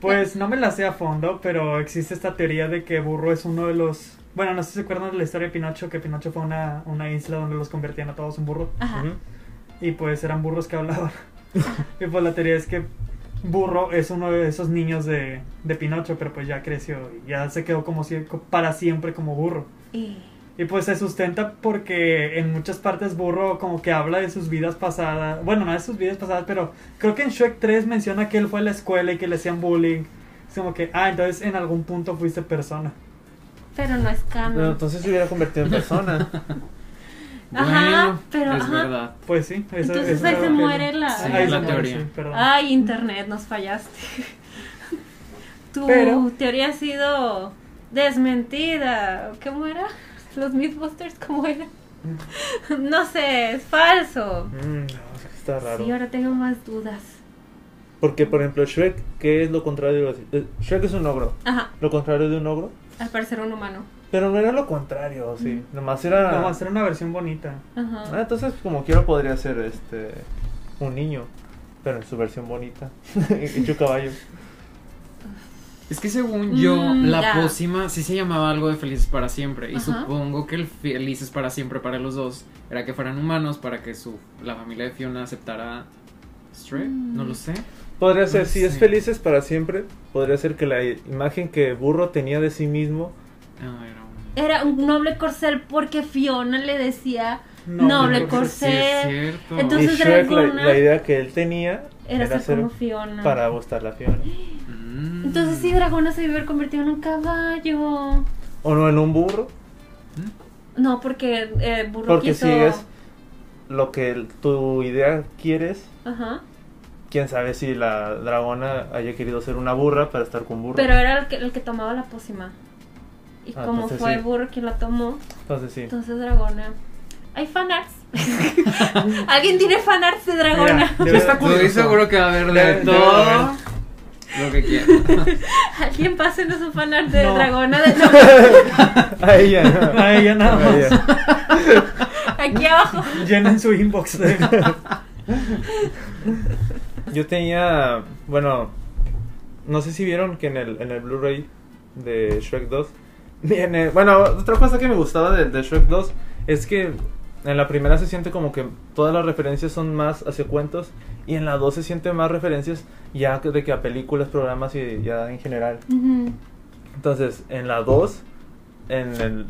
Pues no me la sé a fondo, pero existe esta teoría de que Burro es uno de los... Bueno, no sé si se acuerdan de la historia de Pinocho, que Pinocho fue una, una isla donde los convertían a todos en burro.
Ajá.
Ujú.
Y pues eran burros que hablaban. *laughs* y pues la teoría es que Burro es uno de esos niños de, de Pinocho, pero pues ya creció y ya se quedó como si- para siempre como burro.
Eh,
Y pues se sustenta porque en muchas partes Burro como que habla de sus vidas pasadas. Bueno, no de sus vidas pasadas, pero creo que en Shrek 3 menciona que él fue a la escuela y que le hacían bullying. Es como que, ah, entonces en algún punto fuiste persona.
pero Ah, no escamas.
Pero entonces se hubiera convertido
*laughs*
en persona.
Ajá,
Bueno,
pero,
Es
ajá.
verdad.
Pues sí. eso-
Entonces
eso
ahí
es
se
lo que-
muere la- Ah.
Sí,
Ahí se
la
muere,
teoría.
sí, perdón.
Ay, internet, nos fallaste. *laughs* tu
Pero-
teoría ha sido desmentida. ¿Cómo era? *laughs* Los Mythbusters, ¿cómo era? No sé, es falso.
Mm, no, es que está raro.
Sí, ahora tengo más dudas.
Porque, por ejemplo, Shrek, ¿qué es lo contrario? de- eh, Shrek es un ogro.
Ajá,
¿Lo contrario de un ogro?
al parecer un humano.
Pero no era lo contrario, sí. Nomás era...
No, va a ser una versión bonita.
Ah,
Ajá.
entonces, como quiera, podría ser este un niño. Pero en su versión bonita. *laughs* Hecho caballo.
Es que según yo,
Mm,
la
ya.
pócima sí se llamaba algo de Felices para Siempre. Y
Ajá.
supongo que el Felices para Siempre para los dos era que fueran humanos para que su la familia de Fiona aceptara Shrek.
Mm.
No lo sé.
Podría ser,
No
si
sé.
es felices para siempre, podría ser que la imagen que Burro tenía de sí mismo
No, Ah, era
Era
un-
un noble corcel porque Fiona le decía
No,
noble
no creo que
Sí, es
corcel.
cierto.
y
Entonces, era
Shrek, la,
alguna-
la idea que él tenía
Era ser como Fiona.
para gustar la Fiona.
Mm.
Entonces sí, Dragona se hubiera convertido en un caballo.
O no en un burro,
No, porque eh, Burro
porque
quiso-
si es lo que el- tu idea quieres,
Ajá.
quién sabe si la dragona haya querido ser una burra para estar con burro.
Pero era el que, el que tomaba la pócima. Y
Ah,
como
entonces
fue
sí.
Burro quien la tomó,
Entonces sí.
entonces Dragona. Hay
*laughs*
fanarts. ¿Alguien tiene fanarts de Dragona?
Mira, de
Está
verdad,
curioso.
Estoy seguro que va a haber
Debe-
de
debe
todo
haber.
lo que quiera.
*laughs* ¿Alguien pásenos un fanart de
No.
Dragona? De...
*laughs* A ella.
*laughs* A ella nada
A ella.
Aquí
*laughs*
abajo.
Llenen su
*laughs*
inbox. de-
Yo tenía, bueno, no sé si vieron que en el, en el Blu-ray de Shrek 2 viene, bueno, otra cosa que me gustaba de, de Shrek 2 es que en la primera se siente como que todas las referencias son más hacia cuentos y en la 2 se sienten más referencias ya que- de que a películas, programas y ya en general.
Ujú.
Entonces, en la 2, en el...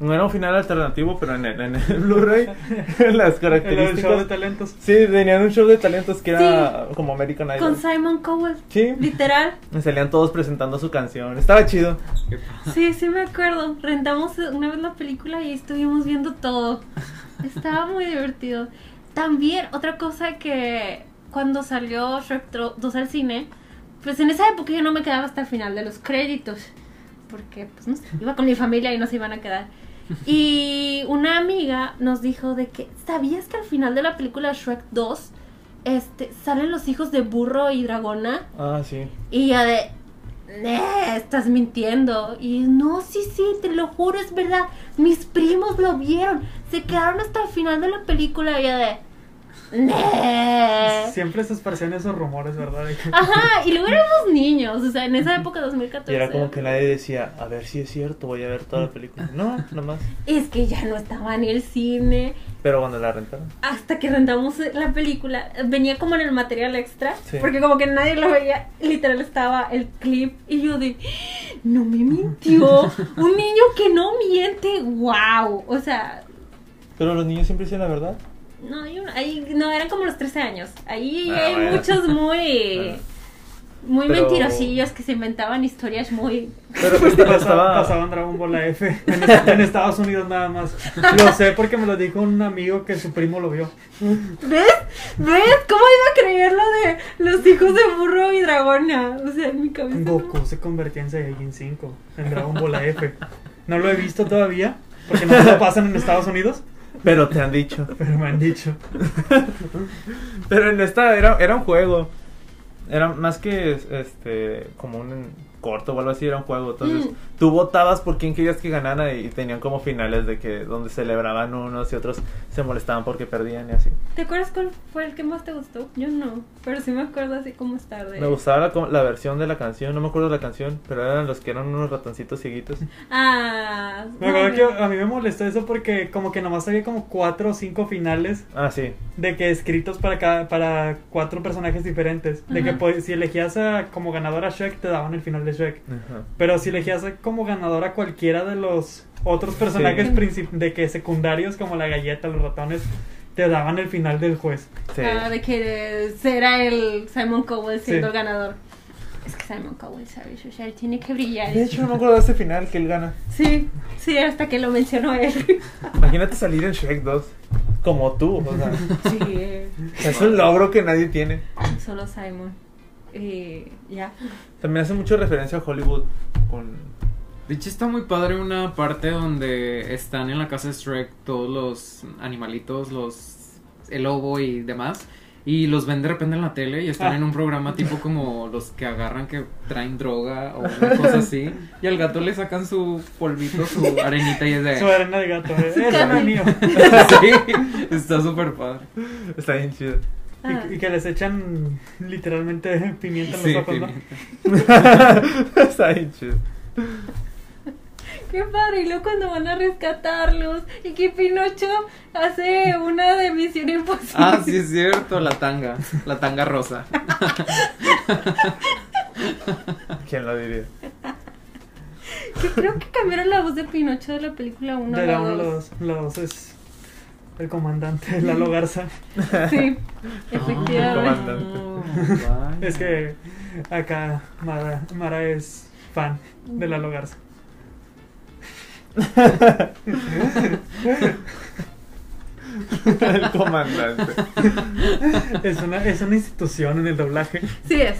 No era un final alternativo, pero en el, en el Blu-ray,
*laughs*
*laughs*
El del
las
show de
características...
talentos.
Sí, tenían un show de talentos que era como American Idol.
Con Simon Cowell.
Sí,
Literal.
me salían todos presentando su canción. Estaba chido.
Qué pa-
Sí, sí me acuerdo. Rentamos una vez la película y estuvimos viendo todo. Estaba muy divertido. También otra cosa que cuando salió Shrek 2 al cine, pues en esa época yo no me quedaba hasta el final de los créditos. Porque pues no sé, iba con mi familia y no se iban a quedar. Y una amiga nos dijo de que, ¿sabías que al final de la película Shrek 2 este, salen los hijos de burro y dragona?
Ah, sí.
Y yo de, "Nee, estás mintiendo. Y no, sí, sí, te lo juro, es verdad. Mis primos lo vieron. Se quedaron hasta el final de la película. Y yo de, "Nee".
Siempre se esparcían esos rumores, ¿verdad? De que-
Ajá, y luego éramos niños. O sea, en esa época, 2014.
Y era como que nadie decía, a ver si es cierto, voy a ver toda la película. No, nomás.
Es que ya no estaba en el cine.
Pero cuando la rentaron.
Hasta que rentamos la película, venía como en el material extra,
Sí.
porque como que nadie lo veía, literal estaba el clip y yo de, no me mintió, un niño que no miente, wow, o sea,
Pero los niños siempre dicen la verdad.
no, hay un- ahí, no, eran como los 13 años, ahí
Ah,
hay
bueno.
muchos muy, *laughs*
Bueno.
muy
Pero-
mentirosillos que se inventaban historias muy...
*laughs*
Pero
Pasa-
estaba,
Pasaban Dragon Ball AF en, est- en Estados Unidos nada más. Lo sé porque me lo dijo un amigo que su primo lo vio.
¿Ves? ¿Ves? ¿Cómo iba a creer lo de los hijos de burro y dragona? O sea, en mi cabeza... no-
Goku se convertía en Saiyajin 5 en Dragon Ball AF. No lo he visto todavía porque no se lo pasan en Estados Unidos,
Pero te han dicho.
pero me han dicho.
Pero en esta era, era un juego. Era más que este como un corto o algo así, era un juego. Entonces,
Mm.
tú votabas por quién querías que ganara y, y tenían como finales de que donde celebraban unos y otros se molestaban porque perdían y así.
¿Te acuerdas cuál fue el que más te gustó? Yo no, pero sí me acuerdo así como es tarde.
Me gustaba la, co- la versión de la canción, no me acuerdo la canción, pero eran los que eran unos ratoncitos cieguitos.
Ah,
Me
no,
acuerdo
me-
que a mí me molestó eso porque como que nomás había como cuatro o cinco finales
Ah, sí.
de que escritos para cada, para cuatro personajes diferentes. De que
Ajá.
pues, si elegías a, como ganador a Shrek te daban el final de Shrek.
Ajá.
Pero si elegías a- como ganador a cualquiera de los otros personajes
Sí.
princip- de que secundarios como la galleta, los ratones, te daban el final del juez.
Sí.
Ah, de que eh, será el Simon Cowell siendo
Sí.
el ganador. Es que Simon Cowell sabe social, tiene que brillar.
De hecho, no me acuerdo de ese final que él gana.
Sí, sí, hasta que lo mencionó él.
Imagínate salir en Shrek 2. Como tú, o sea,
Sí,
es un logro que nadie tiene.
*laughs* solo Simon. Y ya.
También hace mucho referencia a Hollywood con
De hecho está muy padre una parte donde están en la casa de Shrek todos los animalitos, los el lobo y demás. Y los ven de repente en la tele y están en un
Ah.
programa tipo como los que agarran que traen droga o
*laughs*
una cosa así. Y al gato le sacan su polvito, su arenita y es de...
Su arena de gato, eh. es
Carne.
un mío.
*laughs* Sí, está súper padre.
Está bien
*laughs*
chido.
Ah.
Y, y que les echan literalmente *laughs* pimienta en los
Sí,
ojos, ¿no?
pimienta.
Está bien chido.
Qué padre, y luego cuando van a rescatarlos, y que Pinocho hace una de Misión Imposible.
Ah, sí es cierto, la tanga, la tanga rosa.
¿Quién
*laughs*
lo diría?
Que creo que cambiaron la voz de Pinocho de la película 1
de
a
la
la
uno
2.
los, los es el comandante Lalo Garza.
Sí,
comandante.
efectivamente.
Ah, Vaya.
Es
*laughs*
que acá Mara, Mara es fan de Lalo Garza.
El comandante.
Es una, es una institución en el doblaje.
Sí es.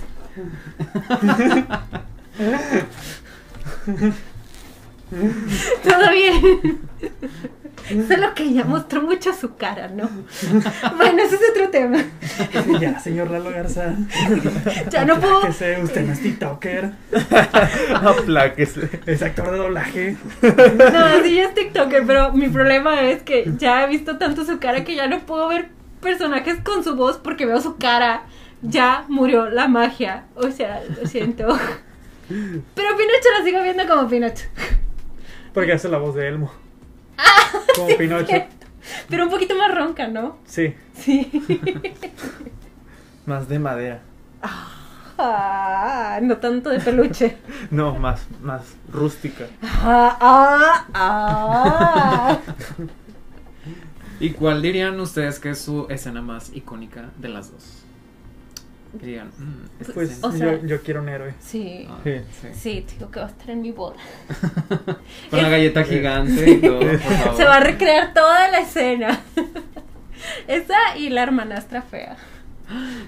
Todo bien. Solo que ya mostró mucho su cara, ¿no? Bueno, ese es otro tema.
Ya, señor Lalo Garza. *laughs*
Ya Ah, no puedo.
Que sé, usted no es TikToker,
Apláquese.
es actor de doblaje.
No, sí, es TikToker, pero mi problema es que ya he visto tanto su cara que ya no puedo ver personajes con su voz porque veo su cara. Ya murió la magia. O sea, lo siento. Pero Pinocho la sigo viendo como Pinocho.
Porque hace la voz de
*laughs*
Elmo.
Ah,
Como Pinocho.
Pero un poquito más ronca, ¿no?
Sí.
Sí. *laughs*
Más de madera.
Ah, no tanto de peluche.
No, más, más rústica.
Ah, ah, ah.
¿Y cuál dirían ustedes que es su escena más icónica de las dos? Que digan, "Mm, esta
Pues
escena".
O sea-
yo, yo quiero un héroe.
Sí.
Ah,
Sí.
sí.
Sí, digo que va a estar en mi boda.
Con la galleta gigante y
*laughs*
todo, por favor.
Se va a recrear toda la escena. *laughs* Esa y la hermanastra fea.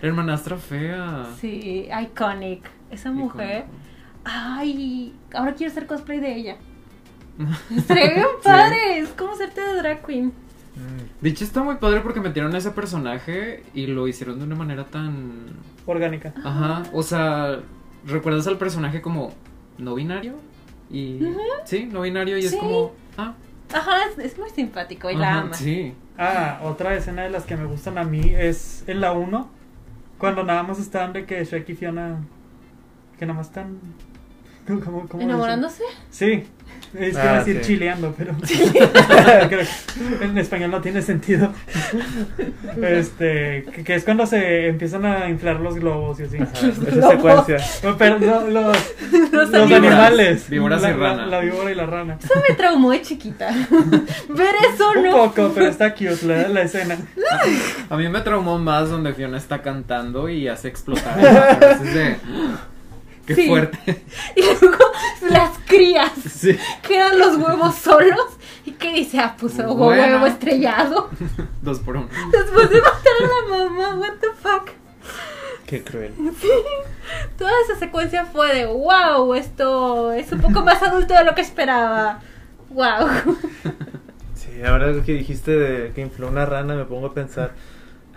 La hermanastra fea.
Sí, iconic. Esa
Icónico. *laughs*
mujer. Ay, ahora quiero hacer cosplay de ella. Estaría
*laughs*
bien padre. Es como hacerte de drag queen. *laughs*
Mm,
De hecho, está muy padre porque metieron a ese personaje y lo hicieron de una manera tan.
Orgánica.
Ajá. O sea, ¿recuerdas al personaje como no binario? Y.
Ujú.
Sí, no binario y es
Sí. Pues
como. Ah,
Ajá, es, es muy simpático y
ajá,
la ama.
Sí.
Ah, otra escena de las que me gustan a mí es en la 1, cuando nada más están de que Shrek y Fiona, que nada más están... ¿Cómo, cómo- cómo
¿Enamorándose?
dicen? Sí, es que
Ah,
iba a decir
sí.
chileando, pero *laughs* creo que en español no tiene sentido. Este, que, que es cuando se empiezan a inflar los globos y así.
ajá,
Lobo.
Esa secuencia.
Oh, Pero no, los,
Los
los
animales.
animales.
Víboras y
la, la-
rana.
La, víbora y la rana.
Eso me traumó de chiquita. Ver eso
Un
*laughs* no.
poco, pero está cute la, la escena.
A mí me traumó más donde Fiona está cantando y hace explotar. a
*laughs*
veces de, Qué
Sí.
fuerte. *laughs*
Y luego las crías.
Sí.
Quedan los huevos solos. ¿Y qué dice? Ah, puso huevo,
Bueno.
huevo estrellado.
Dos por uno.
Después de matar a la mamá, what the fuck.
Qué cruel.
Toda esa secuencia fue de wow, esto es un poco más adulto de lo que esperaba. Wow.
Sí, ahora que dijiste de que infló una rana, me pongo a pensar.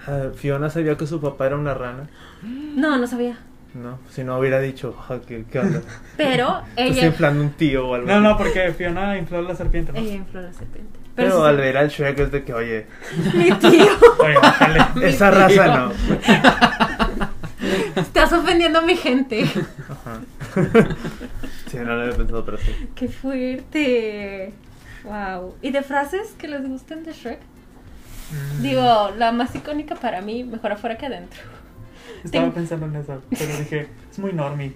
ah, Fiona sabía que su papá era una rana.
No, no sabía.
No, si no hubiera dicho, "Ah, ¿qué, qué onda?
Pero
Está
ella.
inflando un tío o algo
No,
así.
no, porque Fiona infló la serpiente. ¿no?
Ella infló la serpiente.
Pero
sí-
al ver al Shrek es de que, oye,
Mi tío,
Oye, bájale.
*laughs* esa raza no.
estás ofendiendo a mi gente.
Ajá. sí, no lo había pensado, pero sí. *laughs*
Qué fuerte. Wow. ¿Y de frases que les gusten de Shrek? Digo, la más icónica para mí, mejor afuera que adentro.
Estaba
Ten-
pensando en eso, pero dije, es muy normie.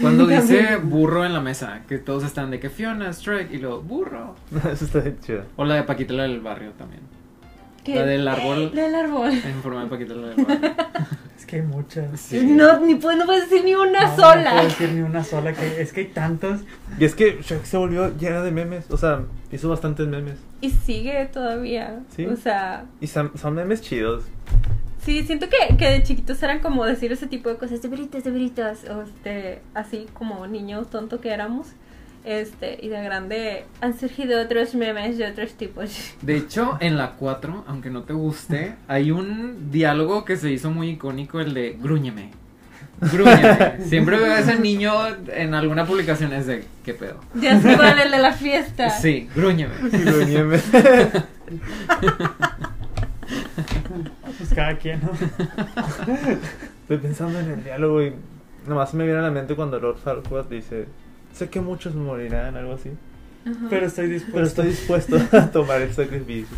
Cuando dice
También.
burro en la mesa, que todos están de que Fiona, Shrek y luego burro.
Eso está bien chido.
O la de Paquita la del barrio también.
¿Qué? Eh,
La del árbol.
La del árbol.
En forma de Paquita la del barrio.
Es que hay muchas.
Sí.
No, ni puedes, no puedes decir ni una
No, No
sola.
puedo decir ni una sola, que es que hay tantas.
Y es que Shrek se volvió llena de memes. O sea, hizo bastantes memes.
y sigue todavía.
Sí.
O sea,
Y son, son memes chidos.
Sí, siento que, que de chiquitos eran como decir ese tipo de cosas, de veritas, de veritas, o este, así como niño tonto que éramos. Este, y de grande han surgido otros memes de otros tipos. *laughs*
De hecho, en la 4, aunque no te guste, hay un diálogo que se hizo muy icónico, el de grúñeme.
*laughs*
Grúñeme. Siempre veo a ese niño en alguna publicación, es de, ¿qué pedo?
Ya se vale el de la fiesta.
Sí, grúñeme.
Y lo nieve.
Pues cada
*laughs*
quien, ¿no?
Estoy pensando en el diálogo y nomás me viene a la mente cuando Lord Farquaad dice, sé que muchos morirán, algo así,
Ajá.
Pero estoy dispuesto.
pero estoy dispuesto a tomar el sacrificio.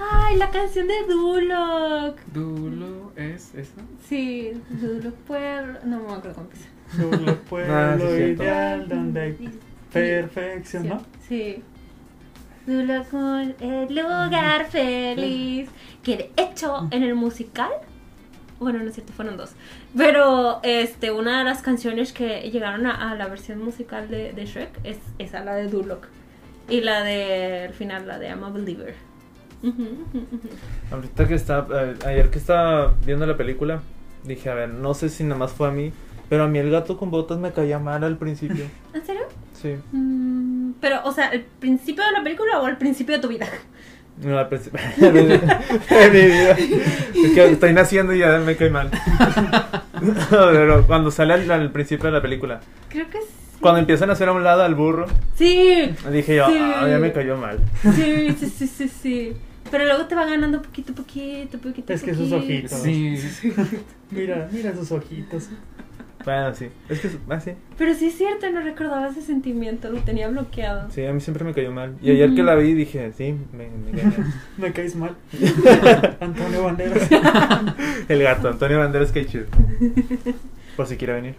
Ay, la canción de Duloc.
Dulo es esa.
Sí, Duloc Pueblo. No me acuerdo cómo empieza.
*laughs*
Pueblo,
Ah, sí,
pueblo
es cierto.
ideal donde hay perfección, ¿no?
Sí. Duloc, el lugar feliz. Que de hecho, en el musical. Bueno, no es cierto, fueron dos. Pero este, una de las canciones que llegaron a, a la versión musical de, de Shrek es esa, la de Duloc. Y la de, al final, la de I'm a Believer. Ujú, ujú, ujú.
Ahorita que estaba, eh, ayer que estaba viendo la película, dije, a ver, no sé si nada más fue a mí, pero a mí el gato con botas me caía mal al principio.
¿En serio?
Sí.
Mm, Pero, o sea, ¿al principio de la película o al principio de tu vida?
No, al principio. de *laughs* mi vida. Es que estoy naciendo y ya me cae mal. *laughs* Pero cuando sale al, al principio de la película,
Creo que sí.
cuando empiezan a hacer a un lado al burro,
Sí,
dije yo,
Sí.
ah, ya me cayó mal.
sí, sí, sí, sí, sí. Pero luego te va ganando poquito, poquito, poquito.
Es que sus
poquito.
ojitos.
Sí.
Mira, mira sus ojitos.
Bueno, sí. Es que, ah, sí.
Pero sí es cierto, no recordaba ese sentimiento, lo tenía bloqueado.
Sí, a mí siempre me cayó mal. Y ayer que la vi dije, sí, me, me cae mal.
Me caes
*laughs*
mal.
*laughs*
Antonio Banderas.
El gato, Antonio Banderas, qué chido. Por si quiere venir.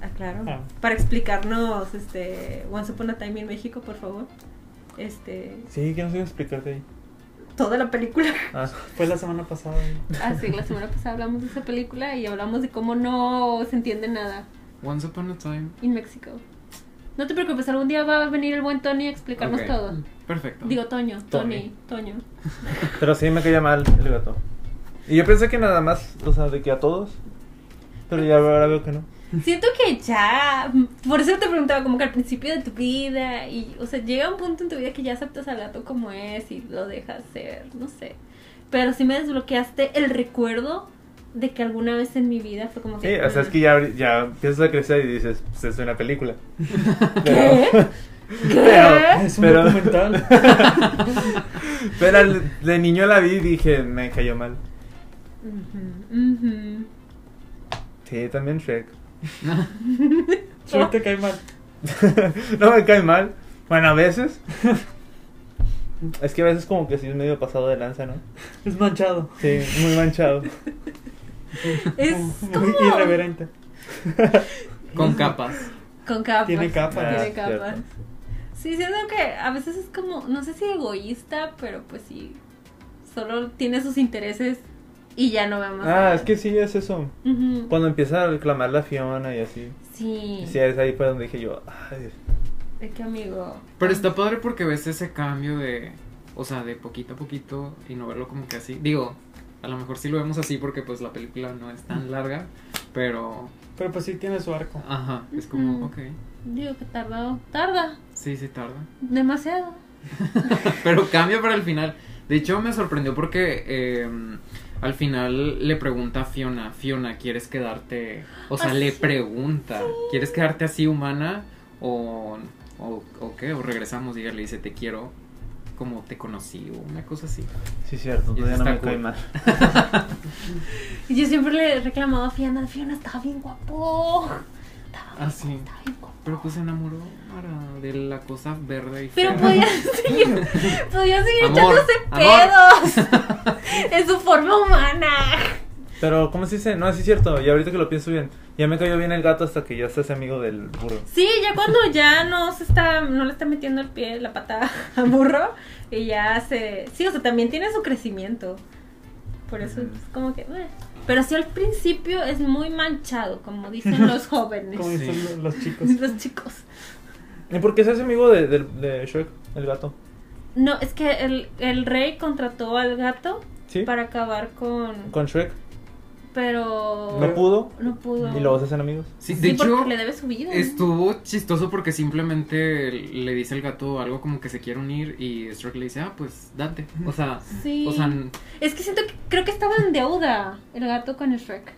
Ah, claro.
Ah.
Para explicarnos, este, Once Upon a Time in México, por favor. Este,
Sí, que no sé explicarte ahí.
toda la película.
Ah,
Fue la semana pasada.
Así, Ah, la semana pasada hablamos de esa película y hablamos de cómo no se entiende nada.
Once Upon a Time.
en México. No te preocupes, algún día va a venir el buen Tony a explicarnos
Ok. Mm.
todo.
Perfecto.
Digo Toño, Tony, Toño.
*laughs* pero sí me caía mal el gato. Y yo pensé que nada más, o sea, de que a todos. Pero ya ahora veo que no.
Siento que ya, por eso te preguntaba como que al principio de tu vida y, o sea, llega un punto en tu vida que ya aceptas al gato como es y lo dejas ser, no sé. Pero sí me desbloqueaste el recuerdo de que alguna vez en mi vida fue como
Sí,
que...
o sea, es que ya, ya empiezas a crecer y dices, pues es una película.
"Ah". ¿Qué?
*laughs* Pero-
Es un
Pero- *laughs*
documental.
Pero al- de niño la vi y dije, me cayó mal.
Ujú, ujú.
Sí, también Shrek. *laughs*
Shrek te cae mal.
no me cae mal. Bueno, a veces. *laughs* Es que a veces como que sí es medio pasado de lanza, ¿no?
Es manchado.
Sí, muy manchado.
Es
Muy
como...
*laughs* irreverente.
Con capas.
Con capas.
Tiene capas.
Tiene
Ah, cierto.
capas. Sí, siento que a veces es como, no sé si egoísta, pero pues sí, solo tiene sus intereses y ya no va más.
Ah,
allá.
es que sí, es eso.
Ujú.
Cuando empieza a reclamar la Fiona y así.
Sí,
Sí, es ahí fue donde dije yo, ay,
de que amigo.
Pero está padre porque ves ese cambio de. O sea, de poquito a poquito y no verlo como que así. Digo, a lo mejor sí lo vemos así porque pues la película no es tan larga. Pero.
Pero pues sí tiene su arco.
Ajá. Es como,
Ujú.
ok.
Digo que tardado, tarda
Sí, sí tarda.
demasiado.
Pero cambia para el final. De hecho, me sorprendió porque eh, al final le pregunta a Fiona, Fiona, ¿quieres quedarte? O sea,
Ah,
le
sí.
pregunta, ¿quieres quedarte así humana o, o, o qué? O regresamos y ella le dice, te quiero como te conocí o una cosa así.
sí, cierto,
Y
todavía
eso
no me
está
cae
cool.
mal.
Y yo siempre le he reclamado a Fiona, Fiona estaba bien guapo. Estaba
Ah,
bien
Así.
guapo, estaba bien guapo.
Pero pues se enamoró Mara, de la cosa verde y
Pero
fea.
*laughs*
podía seguir, podía seguir
Amor,
echándose
amor.
pedos
*laughs*
en su forma humana.
Pero, ¿cómo se dice? No, sí es cierto, y ahorita que lo pienso bien, ya me cayó bien el gato hasta que ya se hace amigo del burro.
Sí, ya cuando ya no se está, no le está metiendo el pie, la pata *laughs* a burro, y ya se. Sí, o sea, también tiene su crecimiento. Por eso
Ujú.
es como que. bueno. Pero sí al principio es muy manchado, como dicen
*laughs*
los jóvenes.
Como dicen lo- los chicos.
*laughs* los chicos.
¿Y por qué se hace amigo de, de, de Shrek, el gato?
No, es que el, el rey contrató al gato
¿Sí?
para acabar con...
Con Shrek.
Pero...
Oh. No pudo.
No pudo.
Y luego se hacen amigos.
Sí,
Sí,
de hecho,
porque le debe su vida.
estuvo chistoso porque simplemente le dice el gato algo como que se quiere unir y Shrek le dice, ah, pues date. O sea,
Sí.
o sea, n-
Es que siento que creo que estaba en deuda el gato con Shrek.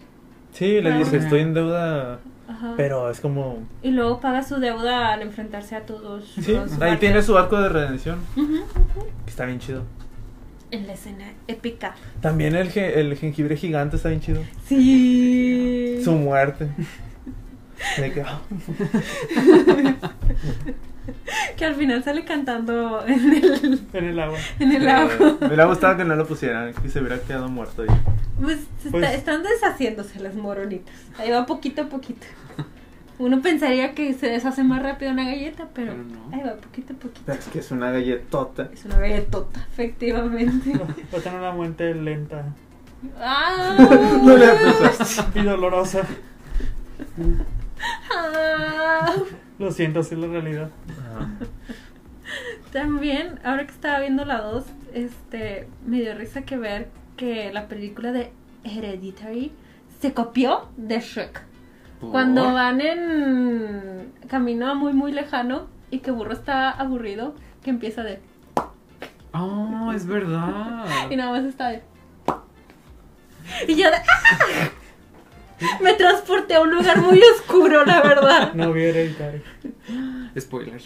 Sí, le
Claro.
dice, estoy en deuda.
Ajá.
Pero es como.
Y luego paga su deuda al enfrentarse a todos.
Sí,
los
ahí
guardias.
tiene su arco de redención.
Ujú.
que Está bien chido.
En la escena épica.
También el, ge- el jengibre gigante está bien chido.
Sí.
Su *laughs* muerte. De que, ah,
*laughs* Que al final sale cantando en el,
en el agua.
en
Eh,
el agua.
Me hubiera gustado que no lo pusieran, que se hubiera quedado muerto ahí.
Pues, se
Pues-
está- están deshaciéndose las moronitas. Ahí va poquito a poquito. Uno pensaría que se deshace más rápido una galleta, pero,
Pero no.
ahí va poquito a poquito.
Es que es una galletota.
Es una galletota,
*laughs*
efectivamente.
Va a tener una muerte lenta
¡Ah!
*laughs* No le apretas.
y dolorosa.
Ah.
Lo siento, así es la realidad.
También, ahora que estaba viendo la 2, este, me dio risa que ver que la película de Hereditary se copió de Shrek.
por-
Cuando van en camino muy muy lejano y que Burro está aburrido, que empieza de
Ah, es verdad.
y nada más está de y yo de ¡ah! me transporté a un lugar muy oscuro, la verdad.
No vi hereditario.
Spoiler.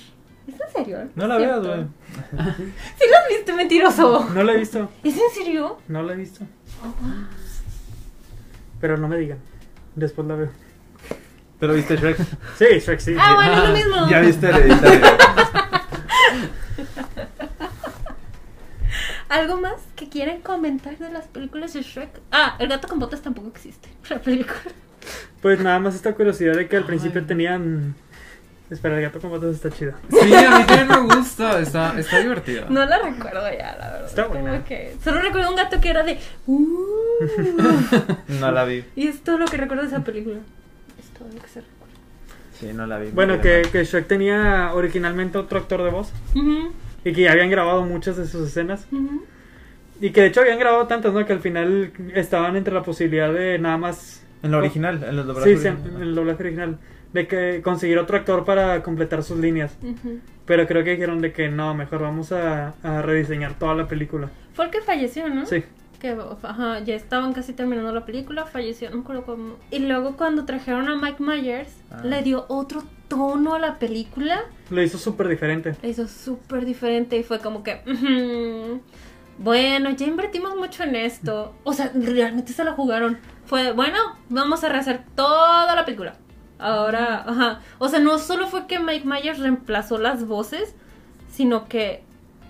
¿Es en serio?
No la
¿Es
veas,
cierto?
güey.
Sí las viste, mentiroso.
No la he visto.
¿Es en serio?
No la he visto.
Ah,
Pero no me digan. Después la veo.
Pero viste Shrek.
Sí, Shrek, sí.
Ah, bueno, es lo mismo.
*laughs* Ya viste *laughs* Hereditary.
¿Algo más que quieren comentar de las películas de Shrek? Ah, el gato con botas tampoco existe. *laughs* La película.
Pues nada más esta curiosidad de que al principio
Ay.
tenían. Espera, el gato con botas está chido.
Sí, a mí también me gusta. Está, está divertida.
No la recuerdo ya, la verdad.
Está buena.
Como que- Solo recuerdo un gato que era de. "Uh",
No la vi.
y es todo lo que recuerdo de esa película. Es todo lo que se recuerda.
Sí, no la vi.
Bueno,
Me
que,
quedé
que Shrek tenía originalmente otro actor de voz
Ujú,
y que ya habían grabado muchas de sus escenas
ujú.
y que de hecho habían grabado tantas, ¿no? Que al final estaban entre la posibilidad de nada más...
mal. En la original, en los
Sí,
doblajes.
sí, en
originales.
el doblaje original. De que conseguir otro actor para completar sus líneas.
Ujú.
Pero creo que dijeron de que no, mejor vamos a, a rediseñar toda la película.
Fue el que falleció, ¿no?
Sí.
Que ajá, ya estaban casi terminando la película, falleció, no me acuerdo cómo. Y luego cuando trajeron a Mike Myers,
Ah.
le dio otro tono a la película.
Lo hizo súper diferente.
La hizo súper diferente y fue como que. "Ujú, Bueno, ya invertimos mucho en esto. O sea, realmente se lo jugaron. Fue, de, bueno, vamos a rehacer toda la película. Ahora, ajá. O sea, no solo fue que Mike Myers reemplazó las voces, sino que,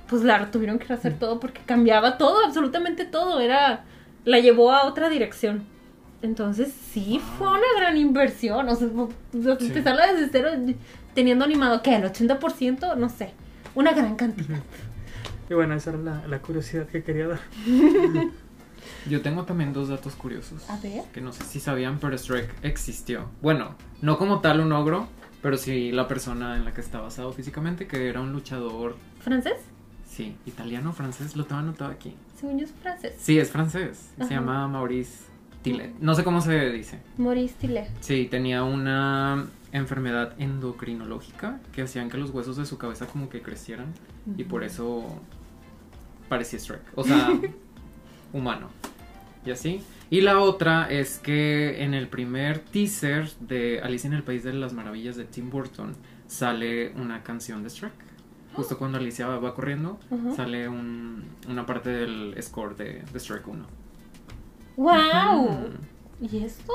pues, la tuvieron que rehacer todo porque cambiaba todo, absolutamente todo. Era. La llevó a otra dirección. Entonces, sí, fue una gran inversión. O sea, fue- o sea,
Sí.
empezarla desde cero, teniendo animado, ¿qué? ¿El 80%? No sé. Una gran cantidad.
Y bueno, esa era la, la curiosidad que quería dar.
Yo tengo también dos datos curiosos.
A ver.
Que no sé si sabían, pero Shrek existió. Bueno, no como tal un ogro, pero sí la persona en la que está basado físicamente, que era un luchador,
¿Francés?
sí, italiano, francés, lo tengo anotado aquí.
Según yo es francés.
Sí, es francés.
Ajá.
Se llama Maurice Tillet. No sé cómo se dice.
Maurice Tillet.
Sí, tenía una enfermedad endocrinológica que hacían que los huesos de su cabeza como que crecieran y por eso parecía Shrek, o sea,
*laughs*
humano. Y así. Y la otra es que en el primer teaser de Alicia en el País de las Maravillas de Tim Burton sale una canción de Shrek. Justo cuando Alicia va, va corriendo,
Ah. Ujú.
sale un- una parte del score de, de Shrek 1.
¡Wow!
Mm.
¿Y esto?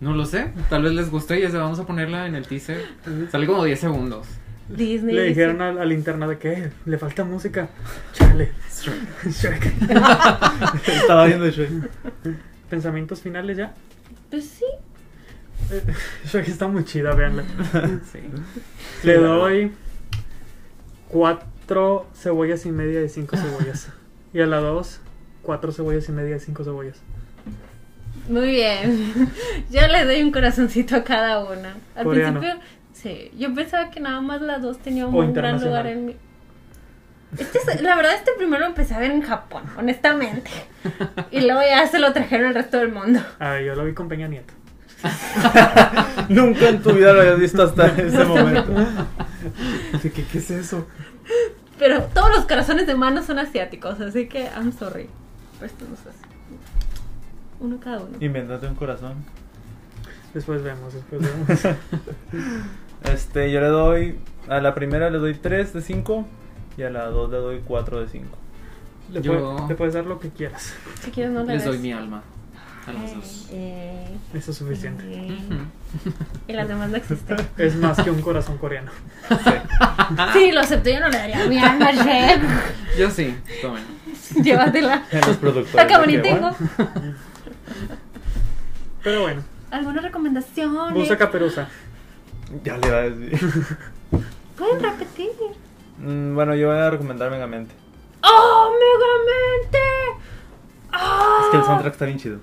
No lo sé, tal vez les guste y ya se- vamos a ponerla en el teaser. Sale como 10 segundos.
Disney.
Le
dice-
dijeron al, al internet de que "Eh, le falta música. Chale,
*laughs*
Shrek.
Shrek.
*laughs* Estaba viendo Shrek.
Pensamientos finales ya. *laughs*
Pues sí.
Eh, Shrek está muy chida, véanla.
Sí.
Le
claro.
doy cuatro cebollas y media de cinco cebollas. Y a la dos, cuatro cebollas y media de cinco cebollas.
Muy bien. *laughs* Yo le doy un corazoncito a cada una. Al
Coreano.
principio, sí. Yo pensaba que nada más las dos tenían
O
un gran
internacional.
lugar en mi. Este es- la verdad, este primero lo empecé a ver en Japón,
*laughs*
honestamente. Y luego ya se lo trajeron al resto del mundo.
A ver, yo lo vi con Peña Nieto.
*laughs* Nunca en tu vida lo habías visto hasta ese momento. Dije, *laughs* ¿Qué, qué es eso?
Pero todos los corazones de mano son asiáticos, así que I'm sorry. Pues no sé. Uno cada uno.
Inventate un corazón. *laughs*
Después vemos, después *laughs* vemos.
Este, yo le doy. A la primera le doy 3 de 5. Y a la 2 le doy 4 de 5.
Le,
Yo-
puede- le puedes dar lo que quieras.
Si quieres, no le
Les
des.
doy mi alma a los dos.
Eh, eh,
Eso es suficiente.
eh.
Ujú.
Y las demás no existen.
Es más que un corazón coreano.
Ah.
Sí, lo acepto, yo no le daría mi alma,
*laughs*
Shep.
Yo sí, tomen.
Llévatela.
Los
*laughs*
productores.
Está cabrón,
de
y
que,
tengo.
bueno,
Pero bueno,
¿Alguna recomendación?
Busa Caperuza.
Ya le va a decir.
Pueden repetir.
Mm, bueno, yo voy a recomendar Megamente.
¡Oh, Megamente! ¡Ah!
Es que el soundtrack está bien chido.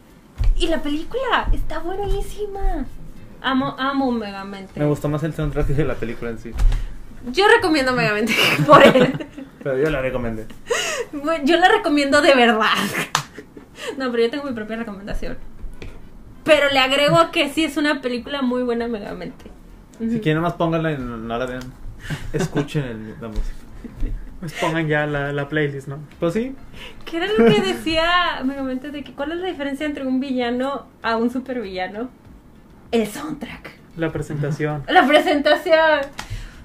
Y la película está buenísima. Amo, amo Megamente.
Me gustó más el soundtrack que la película en sí.
Yo recomiendo Megamente *laughs* por él.
Pero yo la recomendé.
Bueno, yo la recomiendo de verdad. No, pero yo tengo mi propia recomendación. Pero le agrego que sí es una película muy buena Megamente.
Si
Ujú.
quieren, nomás pónganla y no, no la vean. Escuchen el- la música.
Pues pongan ya la, la playlist, ¿no?
Pues sí,
¿Qué era lo que decía Megamente de que cuál es la diferencia entre un villano a un supervillano? El soundtrack.
La presentación.
La presentación.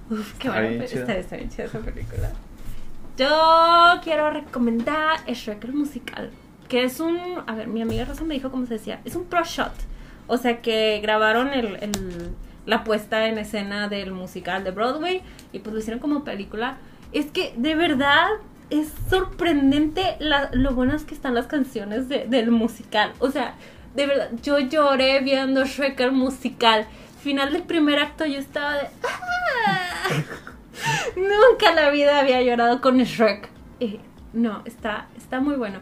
Uf, qué
Está
bueno.
bien
Está,
chida.
está bien chida esa película. Yo quiero recomendar Shrek el musical, que es un... A ver, mi amiga Rosa me dijo cómo se decía. Es un pro shot. O sea que grabaron el- el- la puesta en escena del musical de Broadway y pues lo hicieron como película. Es que de verdad es sorprendente la- lo buenas que están las canciones de- del musical. O sea, de verdad, yo lloré viendo Shrek el musical. Final del primer acto yo estaba de... "Ah". *laughs* Nunca en la vida había llorado con Shrek. Eh, no, está, está muy bueno.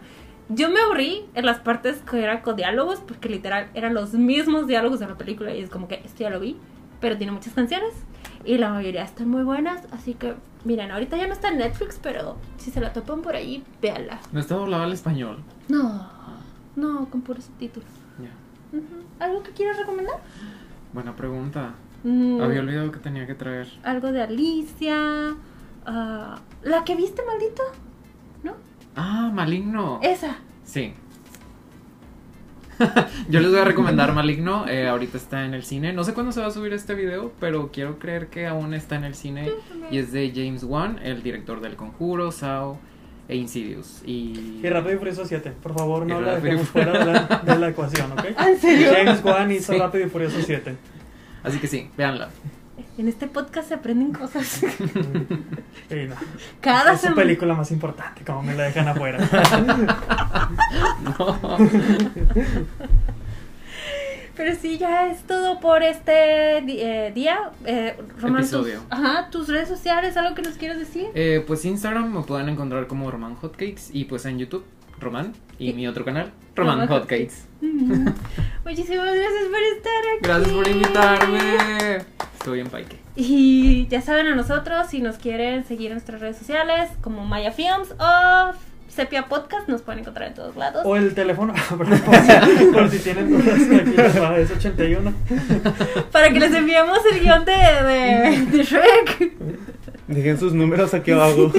Yo me aburrí en las partes que eran con diálogos, porque literal eran los mismos diálogos de la película y es como que esto ya lo vi, pero tiene muchas canciones y la mayoría están muy buenas, así que miren, ahorita ya no está en Netflix, pero si se la topan por ahí, véanla.
No está doblado al español.
No, no, con puros subtítulos.
Ya.
Ujú. ¿Algo que quieras recomendar?
Buena pregunta.
Mm,
Había olvidado que tenía que traer.
algo de Alicia. ah, la que viste, maldito. ¿No?
Ah, maligno.
Esa.
Sí. *laughs* Yo les voy a recomendar Maligno. eh, ahorita está en el cine. No sé cuándo se va a subir este video, pero quiero creer que aún está en el cine. Y es de James Wan, el director del Conjuro, Sao e Insidious. Y.
Y Rápido y Furioso 7. Por favor,
Y
no la
Rápido y
dejemos
Furioso.
fuera de la, de la ecuación,
*laughs*
¿ok?
Ah, ¿en serio?
James Wan hizo
Sí.
Rápido y Furioso
*laughs*
7.
Así que sí, véanla. *laughs*
En este podcast se aprenden cosas. *laughs*
Y no,
Cada
es su
semana.
película más importante, como me la dejan afuera.
No.
Pero sí, ya es todo por este di- eh, día. Eh, Román, tus-
Episodio.
ajá, tus redes sociales, algo que nos quieras decir.
Eh, pues Instagram me pueden encontrar como Roman Hotcakes. Y pues en YouTube, Roman. Y mi otro canal, Roman Hotcakes.
Mm. Muchísimas gracias por estar aquí.
Eh. Gracias por invitarme. Estoy en Paike.
Y ya saben a nosotros, si nos quieren seguir en nuestras redes sociales, como Maya Films o Sepia Podcast, nos pueden encontrar en todos lados.
O el teléfono, *laughs* perdón, por, si, por si tienen dudas, aquí les va, es 81.
Para que les enviemos el guión de, de, de Shrek.
dejen sus números aquí abajo.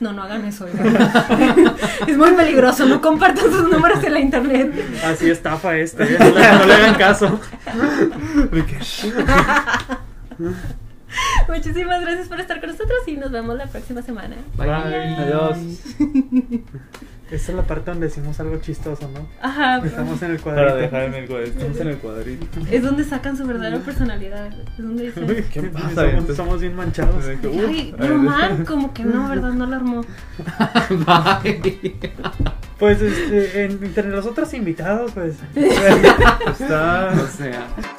No, no hagan eso.
*laughs*
oigan. es muy peligroso, no compartan sus números en la internet.
Así estafa *laughs* este, ¿eh? no, le, *laughs* no le hagan caso.
Muchísimas gracias por estar con nosotros y nos vemos la próxima semana.
Bye.
Bye.
Adiós.
Esta es la parte donde decimos algo chistoso, ¿no?
Ajá,
Estamos en el
Para
cuadrito.
dejar en el cuadrito. Estamos en el cuadrito.
es donde sacan su verdadera personalidad. Es donde
*laughs*
dicen,
¿Qué pasa,
Somos,
entonces?
somos bien manchados.
Así que, uh,
ay,
a ver,
Román, como que no, ¿verdad? No lo armó.
*laughs* Bye.
Pues este, en- entre los otros invitados, pues
*laughs* Está.
O sea.